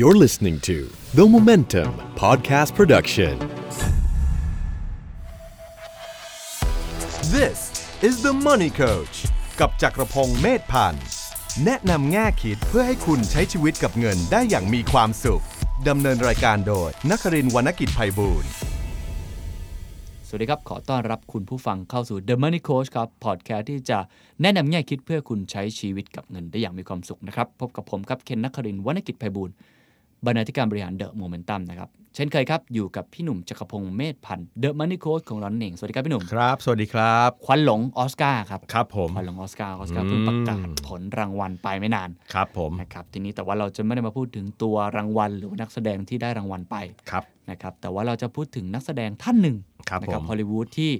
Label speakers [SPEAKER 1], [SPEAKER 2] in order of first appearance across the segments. [SPEAKER 1] You're listening to The Momentum Podcast Production.
[SPEAKER 2] This is the Money Coach กับจักรพงศ์เมธพันธ์ แนะนำแง่คิดเพื่อให้คุณใช้ชีวิตกับเงินได้อย่างมีความสุข ดำเนินรายการโดยนักรินทร์วรรณกิจไพบูลย์
[SPEAKER 3] สวัสดีครับ ขอต้อนรับคุณผู้ฟังเข้าสู่ The Money Coach ครับ พอดแคสต์ที่จะแนะนำแง่คิดเพื่อคุณใช้ชีวิตกับเงินได้อย่างมีความสุขนะครับ พบกับผมครับ เคนนักครินทร์วรรณกิจไพบูลย์บรรณาธิการบริหารเดอะโมเมนตัมนะครับ เช่นเคยครับ อยู่กับพี่หนุ่มจักรพงศ์เมธพันธ์ The Money Coach ของเรานั่นเอง สวัสดีครับพี่หนุ่ม
[SPEAKER 4] ครับ สวัสดีครับ
[SPEAKER 3] ควันหลงออสการ์ครับ
[SPEAKER 4] ครับผม
[SPEAKER 3] ควันหลงออสการ์ ออสการ์เพิ่งประกาศผลรางวัลไปไม่นาน
[SPEAKER 4] ครับผม
[SPEAKER 3] นะครับ ทีนี้แต่ว่าเราจะไม่ได้มาพูดถึงตัวรางวัล หรือว่านักแสดงที่ได้รางวัลไป
[SPEAKER 4] ครับ
[SPEAKER 3] นะครับแต่ว่าเราจะพูดถึงนักแสดงท่านหนึ่ง
[SPEAKER 4] ครับ
[SPEAKER 3] นะ
[SPEAKER 4] ผม
[SPEAKER 3] ฮอลลีวูดที่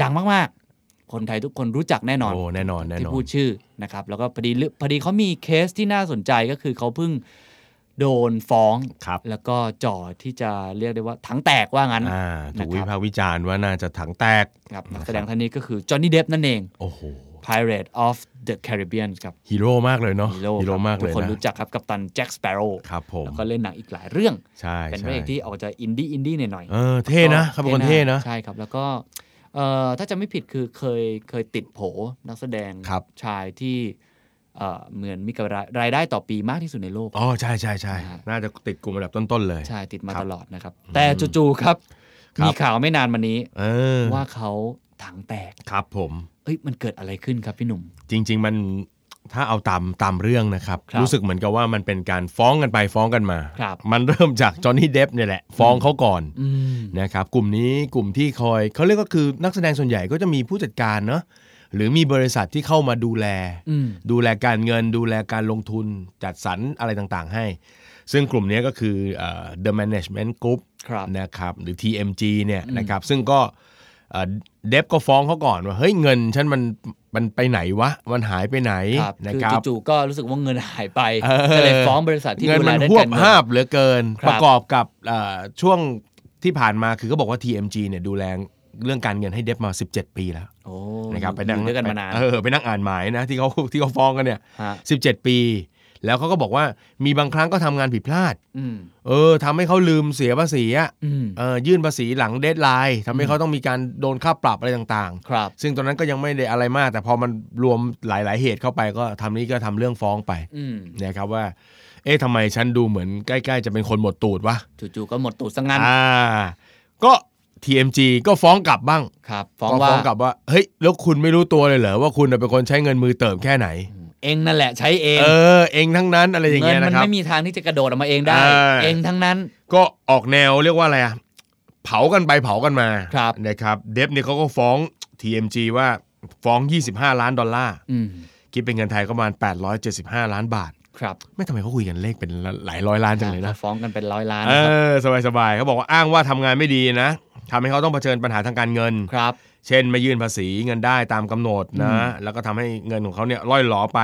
[SPEAKER 3] ดังมาก ๆ คนไทยทุกคนรู้จักแน่นอน
[SPEAKER 4] โอ้ แน่นอน แน่น
[SPEAKER 3] ที่
[SPEAKER 4] อน
[SPEAKER 3] พูดชื่อนะครับแล้วก็พอดีเรื่องพอดีเขามีเคสที่น่าสนใจก็คือเขาเพิ่งโดนฟ้อง
[SPEAKER 4] ครับ
[SPEAKER 3] แล้วก็จ่อที่จะเรียกได้ว่าถังแตกว่างั้น
[SPEAKER 4] อ่า ถูก
[SPEAKER 3] นะครับ
[SPEAKER 4] วิพากษ์วิจารณ์ว่าน่าจะถังแตก
[SPEAKER 3] ครับนักแสดงท่านนี้ก็คือจอห์นนี่เดฟนั่นเอง
[SPEAKER 4] โอ้โห
[SPEAKER 3] Pirate of the Caribbean ครับ
[SPEAKER 4] ฮีโร่มากเลยเนาะ
[SPEAKER 3] ฮีโร่
[SPEAKER 4] ฮีโร่มาก
[SPEAKER 3] ทุ
[SPEAKER 4] เล
[SPEAKER 3] ก
[SPEAKER 4] ย
[SPEAKER 3] คน
[SPEAKER 4] นะ
[SPEAKER 3] รู้จักครับกัปตันแจ็คสเปโร่
[SPEAKER 4] ครับผม
[SPEAKER 3] แล้วก็เล่นหนังอีกหลายเรื่อง
[SPEAKER 4] ใช่
[SPEAKER 3] เป็นพ
[SPEAKER 4] ใช่
[SPEAKER 3] ระเอกที่ออกจะอินดี้อินดี้หน่อยๆ
[SPEAKER 4] เออ เท่นะเขาเป็นคนเท่นะ
[SPEAKER 3] ใช่ครับ แล้วก็เอ่อถ้าจะไม่ผิดคือเคยเคยติดโผนักแสดง
[SPEAKER 4] ครับ
[SPEAKER 3] ชายที่เอ่อเหมือนมีกำไรรายได้ต่อปีมากที่สุดในโลก
[SPEAKER 4] อ๋อ ใช่ใช่ใช่
[SPEAKER 3] นะฮะ
[SPEAKER 4] น่าจะติดกลุ่มระดับต้น ๆ เลย
[SPEAKER 3] ใช่ติดมา
[SPEAKER 4] ครับ
[SPEAKER 3] ตลอดนะครับ แต่จู่ๆครับ
[SPEAKER 4] ครับ
[SPEAKER 3] มีข่าวไม่นานมานี้
[SPEAKER 4] เออ
[SPEAKER 3] ว่าเขาถังแตก
[SPEAKER 4] ครับผม
[SPEAKER 3] เอ้ยมันเกิดอะไรขึ้นครับพี่หนุ่ม
[SPEAKER 4] จริง ๆ มัน ถ้าเอาตามตามเรื่องนะครับ
[SPEAKER 3] ครับ
[SPEAKER 4] รู้สึกเหมือนกับว่ามันเป็นการฟ้องกันไปฟ้องกันมา
[SPEAKER 3] ครับ
[SPEAKER 4] มันเริ่มจากจอห์นนี่เดฟเนี่ยแหละ ฟ้องเขาก่อน
[SPEAKER 3] อืม
[SPEAKER 4] นะครับกลุ่มนี้กลุ่มที่คอยเขาเรียกก็คือนักแสดงส่วนใหญ่ก็จะมีผู้จัดการเนาะหรือมีบริษัทที่เข้ามาดูแล
[SPEAKER 3] อืม
[SPEAKER 4] ดูแลการเงิน ดูแลการลงทุนจัดสรรอะไรต่างๆให้ ซึ่งกลุ่มนี้ก็คือเอ่อ The Management Group
[SPEAKER 3] ครับ
[SPEAKER 4] นะครับหรือ TMG เนี่ยนะครับซึ่งก็เอ่อเดฟก็ฟ้องเขาก่อนว่าเฮ้ยเงินฉันมันมันไปไหนวะ มันหายไปไหน
[SPEAKER 3] ครับ
[SPEAKER 4] นะ
[SPEAKER 3] คือ
[SPEAKER 4] ครับ
[SPEAKER 3] จู่ๆก็รู้สึกว่าเงินหายไป
[SPEAKER 4] เออ
[SPEAKER 3] ก็เลยฟ้องบริษัทที่
[SPEAKER 4] เงิน
[SPEAKER 3] ดูแล
[SPEAKER 4] มัน
[SPEAKER 3] ด้าน
[SPEAKER 4] หว
[SPEAKER 3] กา
[SPEAKER 4] บ
[SPEAKER 3] รเงิน
[SPEAKER 4] หาบเหลือเกิน
[SPEAKER 3] ครับ
[SPEAKER 4] ประกอบกับเอ่อช่วงที่ผ่านมาคือก็บอกว่า TMG เนี่ยดูแลเรื่องการเงินให้เดฟมา 17 ปีแล้ว
[SPEAKER 3] โอ้
[SPEAKER 4] นะครับไป
[SPEAKER 3] อ
[SPEAKER 4] นั่ง
[SPEAKER 3] ยู่ด้วยกันมานาน
[SPEAKER 4] เออไปนั่งอ่านหมายนะที่เขา ที่เขาฟ้องกันเนี่ย
[SPEAKER 3] ฮะ
[SPEAKER 4] 17 ปี แล้วเขาก็บอกว่ามีบางครั้งก็ทำงานผิดพลาด
[SPEAKER 3] อืม
[SPEAKER 4] เออทำให้เขาลืมเสียภาษีอะ
[SPEAKER 3] อืม
[SPEAKER 4] เออยื่นภาษีหลังเดทไลน์ทำให้เขาต้องมีการโดนค่าปรับอะไรต่าง
[SPEAKER 3] ครับ
[SPEAKER 4] ๆ ซึ่งตอนนั้นก็ยังไม่ได้อะไรมาก แต่พอมันรวมหลาย ๆ เหตุเข้าไปก็ทำนี้ก็ทำเรื่องฟ้องไป
[SPEAKER 3] อืม
[SPEAKER 4] นะครับว่า เอ๊ะทำไมฉันดูเหมือนใกล้ๆ จะเป็นคนหมดตูดวะ
[SPEAKER 3] จู่ๆก็หมดตูดซะงั้น
[SPEAKER 4] อ่า ก็ TMG ก็ฟ้องกลับบ้าง
[SPEAKER 3] ครับฟ้อง
[SPEAKER 4] ก็
[SPEAKER 3] ว่า
[SPEAKER 4] ฟ้องกลับว่า เฮ้ย แล้วคุณไม่รู้ตัวเลยเหรอ ว่าคุณน่ะเป็นคนใช้เงินมือเติมแค่ไหน
[SPEAKER 3] เองนั่นแหละใช้เอง
[SPEAKER 4] เออ เองทั้งนั้นอะไรอย่าง
[SPEAKER 3] เงิ
[SPEAKER 4] เงี้ย
[SPEAKER 3] มั
[SPEAKER 4] นะครับ
[SPEAKER 3] ไม่มีทางที่จะกระโดดออกมาเองได้
[SPEAKER 4] เออ
[SPEAKER 3] เองทั้งนั้น
[SPEAKER 4] ก็ออกแนวเรียกว่าอะไรอะเผากันไปเผากันมา
[SPEAKER 3] ครับ
[SPEAKER 4] นะครับ เดฟเนี่ยเขาก็ฟ้อง TMG ว่าฟ้อง 25 ล้านดอลลาร์
[SPEAKER 3] อืม
[SPEAKER 4] คิดเป็นเงินไทยก็ประมาณ 875 ล้านบาท
[SPEAKER 3] ครับ
[SPEAKER 4] ไม่ทำไมเขาคุยกันเลขเป็นหลายร้อยล้านจังเลยนะ
[SPEAKER 3] ฟ้องกันเป็นร้อยล้าน
[SPEAKER 4] เอ
[SPEAKER 3] นะครับ
[SPEAKER 4] อสบายๆเขาบอกว่าอ้างว่าทำงานไม่ดีนะทำให้เขาต้องเผชิญปัญหาทางการเงิน
[SPEAKER 3] ครับ
[SPEAKER 4] เช่นไม่ยื่นภาษีเงินได้ตามกำหนดนะ
[SPEAKER 3] อืม
[SPEAKER 4] แล้วก็ทำให้เงินของเขาเนี่ยล่อยหลอไป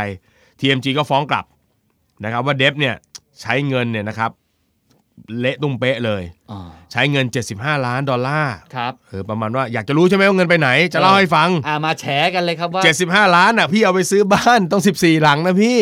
[SPEAKER 4] TMG ก็ฟ้องกลับนะครับว่าเดฟเนี่ยใช้เงินเนี่ยนะครับเละตุ้มเป๊ะเลย
[SPEAKER 3] อ่า
[SPEAKER 4] ใช้เงิน 75 ล้านดอลลาร์
[SPEAKER 3] ครับ
[SPEAKER 4] เออประมาณว่าอยากจะรู้ใช่ไหมว่าเงินไปไหน จะเล่าให้ฟัง
[SPEAKER 3] อ่ามาแฉกันเลยครับว่า
[SPEAKER 4] 75 ล้านอ่ะพี่เอาไปซื้อบ้านต้อง 14 หลังนะพี่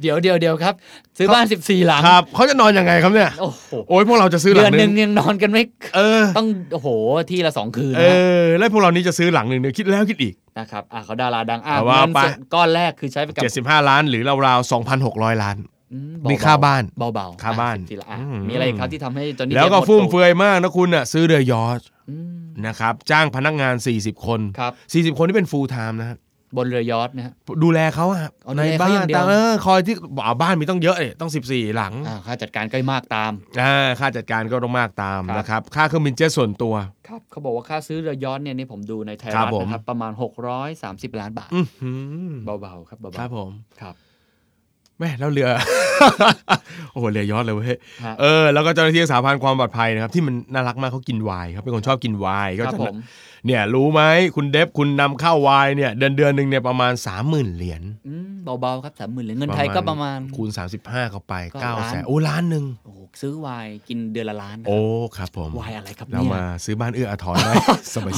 [SPEAKER 3] เดี๋ยวเดี๋ยวเดี๋ยวครับ ซื้อบ้าน 14 หลัง
[SPEAKER 4] ครับเขาจะนอนยังไงครับเนี่ย
[SPEAKER 3] โอ้โห
[SPEAKER 4] โอ้ยพวกเราจะซื้อห
[SPEAKER 3] เดือ
[SPEAKER 4] ลั
[SPEAKER 3] น
[SPEAKER 4] ง
[SPEAKER 3] ห
[SPEAKER 4] นึ
[SPEAKER 3] นึ่ง
[SPEAKER 4] ง
[SPEAKER 3] ยังนอนกันไม่
[SPEAKER 4] เออ
[SPEAKER 3] ต้องโอ้โหที่ละสองคืน
[SPEAKER 4] เอ
[SPEAKER 3] นะ
[SPEAKER 4] อแล้วพวกเรานี้จะซื้อหลังหนึ่งเนี่ยคิดแล้วคิดอีก
[SPEAKER 3] นะครับอ่าเขาดาราดังอ่า
[SPEAKER 4] เอาว่า
[SPEAKER 3] เงิน
[SPEAKER 4] ไป
[SPEAKER 3] ส่วนก้อนแรกคือใช้ไปกับ
[SPEAKER 4] 75 ล้านหรือราวๆ2,600 ล้าน
[SPEAKER 3] อืมเบๆ
[SPEAKER 4] นี่ค่าบ้าน
[SPEAKER 3] เบาๆ
[SPEAKER 4] ค่าบ้าน
[SPEAKER 3] อ่14ละอ่ะ
[SPEAKER 4] อืม
[SPEAKER 3] มีอะไรอีกครับที่ทำให้จนนี่
[SPEAKER 4] แล้วก็ฟุ่มเฟือยมากนะคุณน่ะซื้อเรือยอชต์
[SPEAKER 3] อืม
[SPEAKER 4] นะครับ จ้างพนักงาน 40 คน
[SPEAKER 3] ครับ
[SPEAKER 4] 40 คนที่เป็นฟูลไทม์นะฮะ
[SPEAKER 3] บนเรือยอชต์นะฮะ
[SPEAKER 4] ดูแลเขาอะ
[SPEAKER 3] อ๋อดู
[SPEAKER 4] ใน
[SPEAKER 3] แลเขา
[SPEAKER 4] บ้า
[SPEAKER 3] อย่าน งเดียว
[SPEAKER 4] ตามเออคอยที่อ่าบ้านมีต้องเยอะเลยต้อง 14 หลัง
[SPEAKER 3] อ่าค่าจัดการก็มากตาม
[SPEAKER 4] อ่าค่าจัดการก็ต้องมากตาม
[SPEAKER 3] ครับ
[SPEAKER 4] นะครับ ค่าเครื่องบินเจ็ตส่วนตัว
[SPEAKER 3] ครับเขาบอกว่าค่าซื้อเรือยอชต์เนี่ยนี่ผมดูในไทย
[SPEAKER 4] ครั
[SPEAKER 3] รัฐ
[SPEAKER 4] บผม
[SPEAKER 3] นะครับ ประมาณ 630 ล้านบาท
[SPEAKER 4] อื้อหือ
[SPEAKER 3] เบาๆครับเบาๆ
[SPEAKER 4] ครับผม
[SPEAKER 3] ครับ
[SPEAKER 4] แม่แล้วเรือ โอ้โหเรือยอชต์เลยเว้ย
[SPEAKER 3] ฮะ
[SPEAKER 4] เออแล้วก็เจ้าหน้าที่สาพันธ์ความปลอดภัยนะครับ ที่มันน่ารักมากเขากินไวน์ครับเป็นคนชอบกินไวน์
[SPEAKER 3] ค
[SPEAKER 4] ก็
[SPEAKER 3] รับ
[SPEAKER 4] จะ
[SPEAKER 3] ผม
[SPEAKER 4] เนี่ยรู้ไหมคุณเดฟคุณนำเข้าไวน์เนี่ยเดือนเดือนหนึ่งเนี่ยประมาณ 30,000 เหรียญ
[SPEAKER 3] อืมเบาๆครับสามหมื่นเหรียญเงินไทยก็ประมาณ
[SPEAKER 4] คูณ 35 เข้าไป
[SPEAKER 3] ก็ล้าน
[SPEAKER 4] 9แสนโอ้ล้านหนึ่ง
[SPEAKER 3] โอ้โหซื้อไวน์กินเดือนละล้านนะค
[SPEAKER 4] โอ้
[SPEAKER 3] รับ
[SPEAKER 4] ครับผม
[SPEAKER 3] ไวน์อะไรครับ
[SPEAKER 4] เรา
[SPEAKER 3] เนี่ย
[SPEAKER 4] มาซื้อบ้านเอื้ออาทรไหม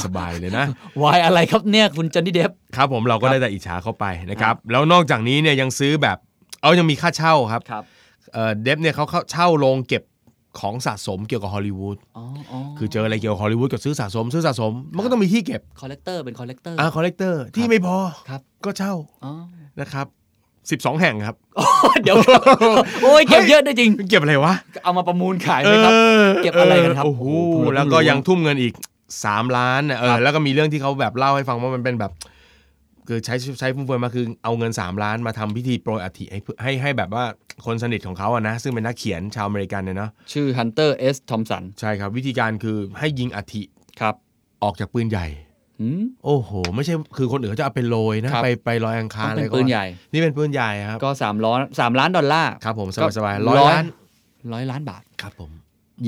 [SPEAKER 4] สบายๆเลยนะ
[SPEAKER 3] ไวน์อะไรครับเนี่ย คุณจอนนี่เดฟ
[SPEAKER 4] ครับผมเราก็ได้แต่อิจฉาเข้าไปนะครับ แล้วนอกจากนี้เนี่ยยังซื้อแบบ เอายังมีค่าเช่าครับ
[SPEAKER 3] ครับ
[SPEAKER 4] เอ่อเดฟเนี่ยเขาเข้าเช่าโรงเก็บของสะสมเกี่ยวกับฮอลลีวูด
[SPEAKER 3] อ๋ออ๋อ
[SPEAKER 4] คือเจออะไรเกี่ยวกับฮอลลีวูดก็ซื้อสะสม ซื้อสะสม มันก็ต้องมีที่เก็บ
[SPEAKER 3] คอลเลกเตอร์เป็นคอลเลกเตอร์
[SPEAKER 4] อ่าคอลเลกเตอร์ที่ไม่พอ
[SPEAKER 3] ครับ
[SPEAKER 4] ก็เช่า
[SPEAKER 3] อ๋อ
[SPEAKER 4] นะครับ12 แห่งครับ
[SPEAKER 3] เดี๋ยวครับโอ้ยเก็บเยอะได้จริง
[SPEAKER 4] เก็บอะไรวะ
[SPEAKER 3] เอามาประมูลขายไหมครับ เก็บอะไรกันครับ
[SPEAKER 4] โอ้โห
[SPEAKER 3] โอ้โห
[SPEAKER 4] แล้วก็ยังทุ่มเงินอีก 3 ล้านน่ะเอ
[SPEAKER 3] ครั
[SPEAKER 4] อบ แล้วก็มีเรื่องที่เขาแบบเล่าให้ฟังว่ามันเป็นแบบ คือใช้ใช้ฟุ่มเฟือยมาคือเอาเงิน 3 ล้านมาทำพิธีโปรยอัฐิให้เพื่อให้ให้แบบว่าคนสนิทของเขาอะนะ ซึ่งเป็นนักเขียนชาวอเมริกันเนี่ยเนาะ
[SPEAKER 3] ชื่อ Hunter S Thompson
[SPEAKER 4] ใช่ครับ วิธีการคือให้ยิงอัฐิ
[SPEAKER 3] ครับ
[SPEAKER 4] ออกจากปืนใหญ่
[SPEAKER 3] หืม
[SPEAKER 4] โอ้โห ไม่ใช่คือคนอื่นเขาจะเอาไปโรยนะ
[SPEAKER 3] ครับ
[SPEAKER 4] ไปไปลอยอังคา
[SPEAKER 3] ต้อ
[SPEAKER 4] รง อะไร
[SPEAKER 3] เป็น
[SPEAKER 4] ก็
[SPEAKER 3] ปืนใหญ่
[SPEAKER 4] นี่เป็นปืนใหญ่ครับ
[SPEAKER 3] ก็3ล้อ3ล้านดอลลาร์
[SPEAKER 4] ครับผม
[SPEAKER 3] ก็
[SPEAKER 4] สบายๆร้อยล้าน
[SPEAKER 3] ร้อยล้านบาท
[SPEAKER 4] ครับผม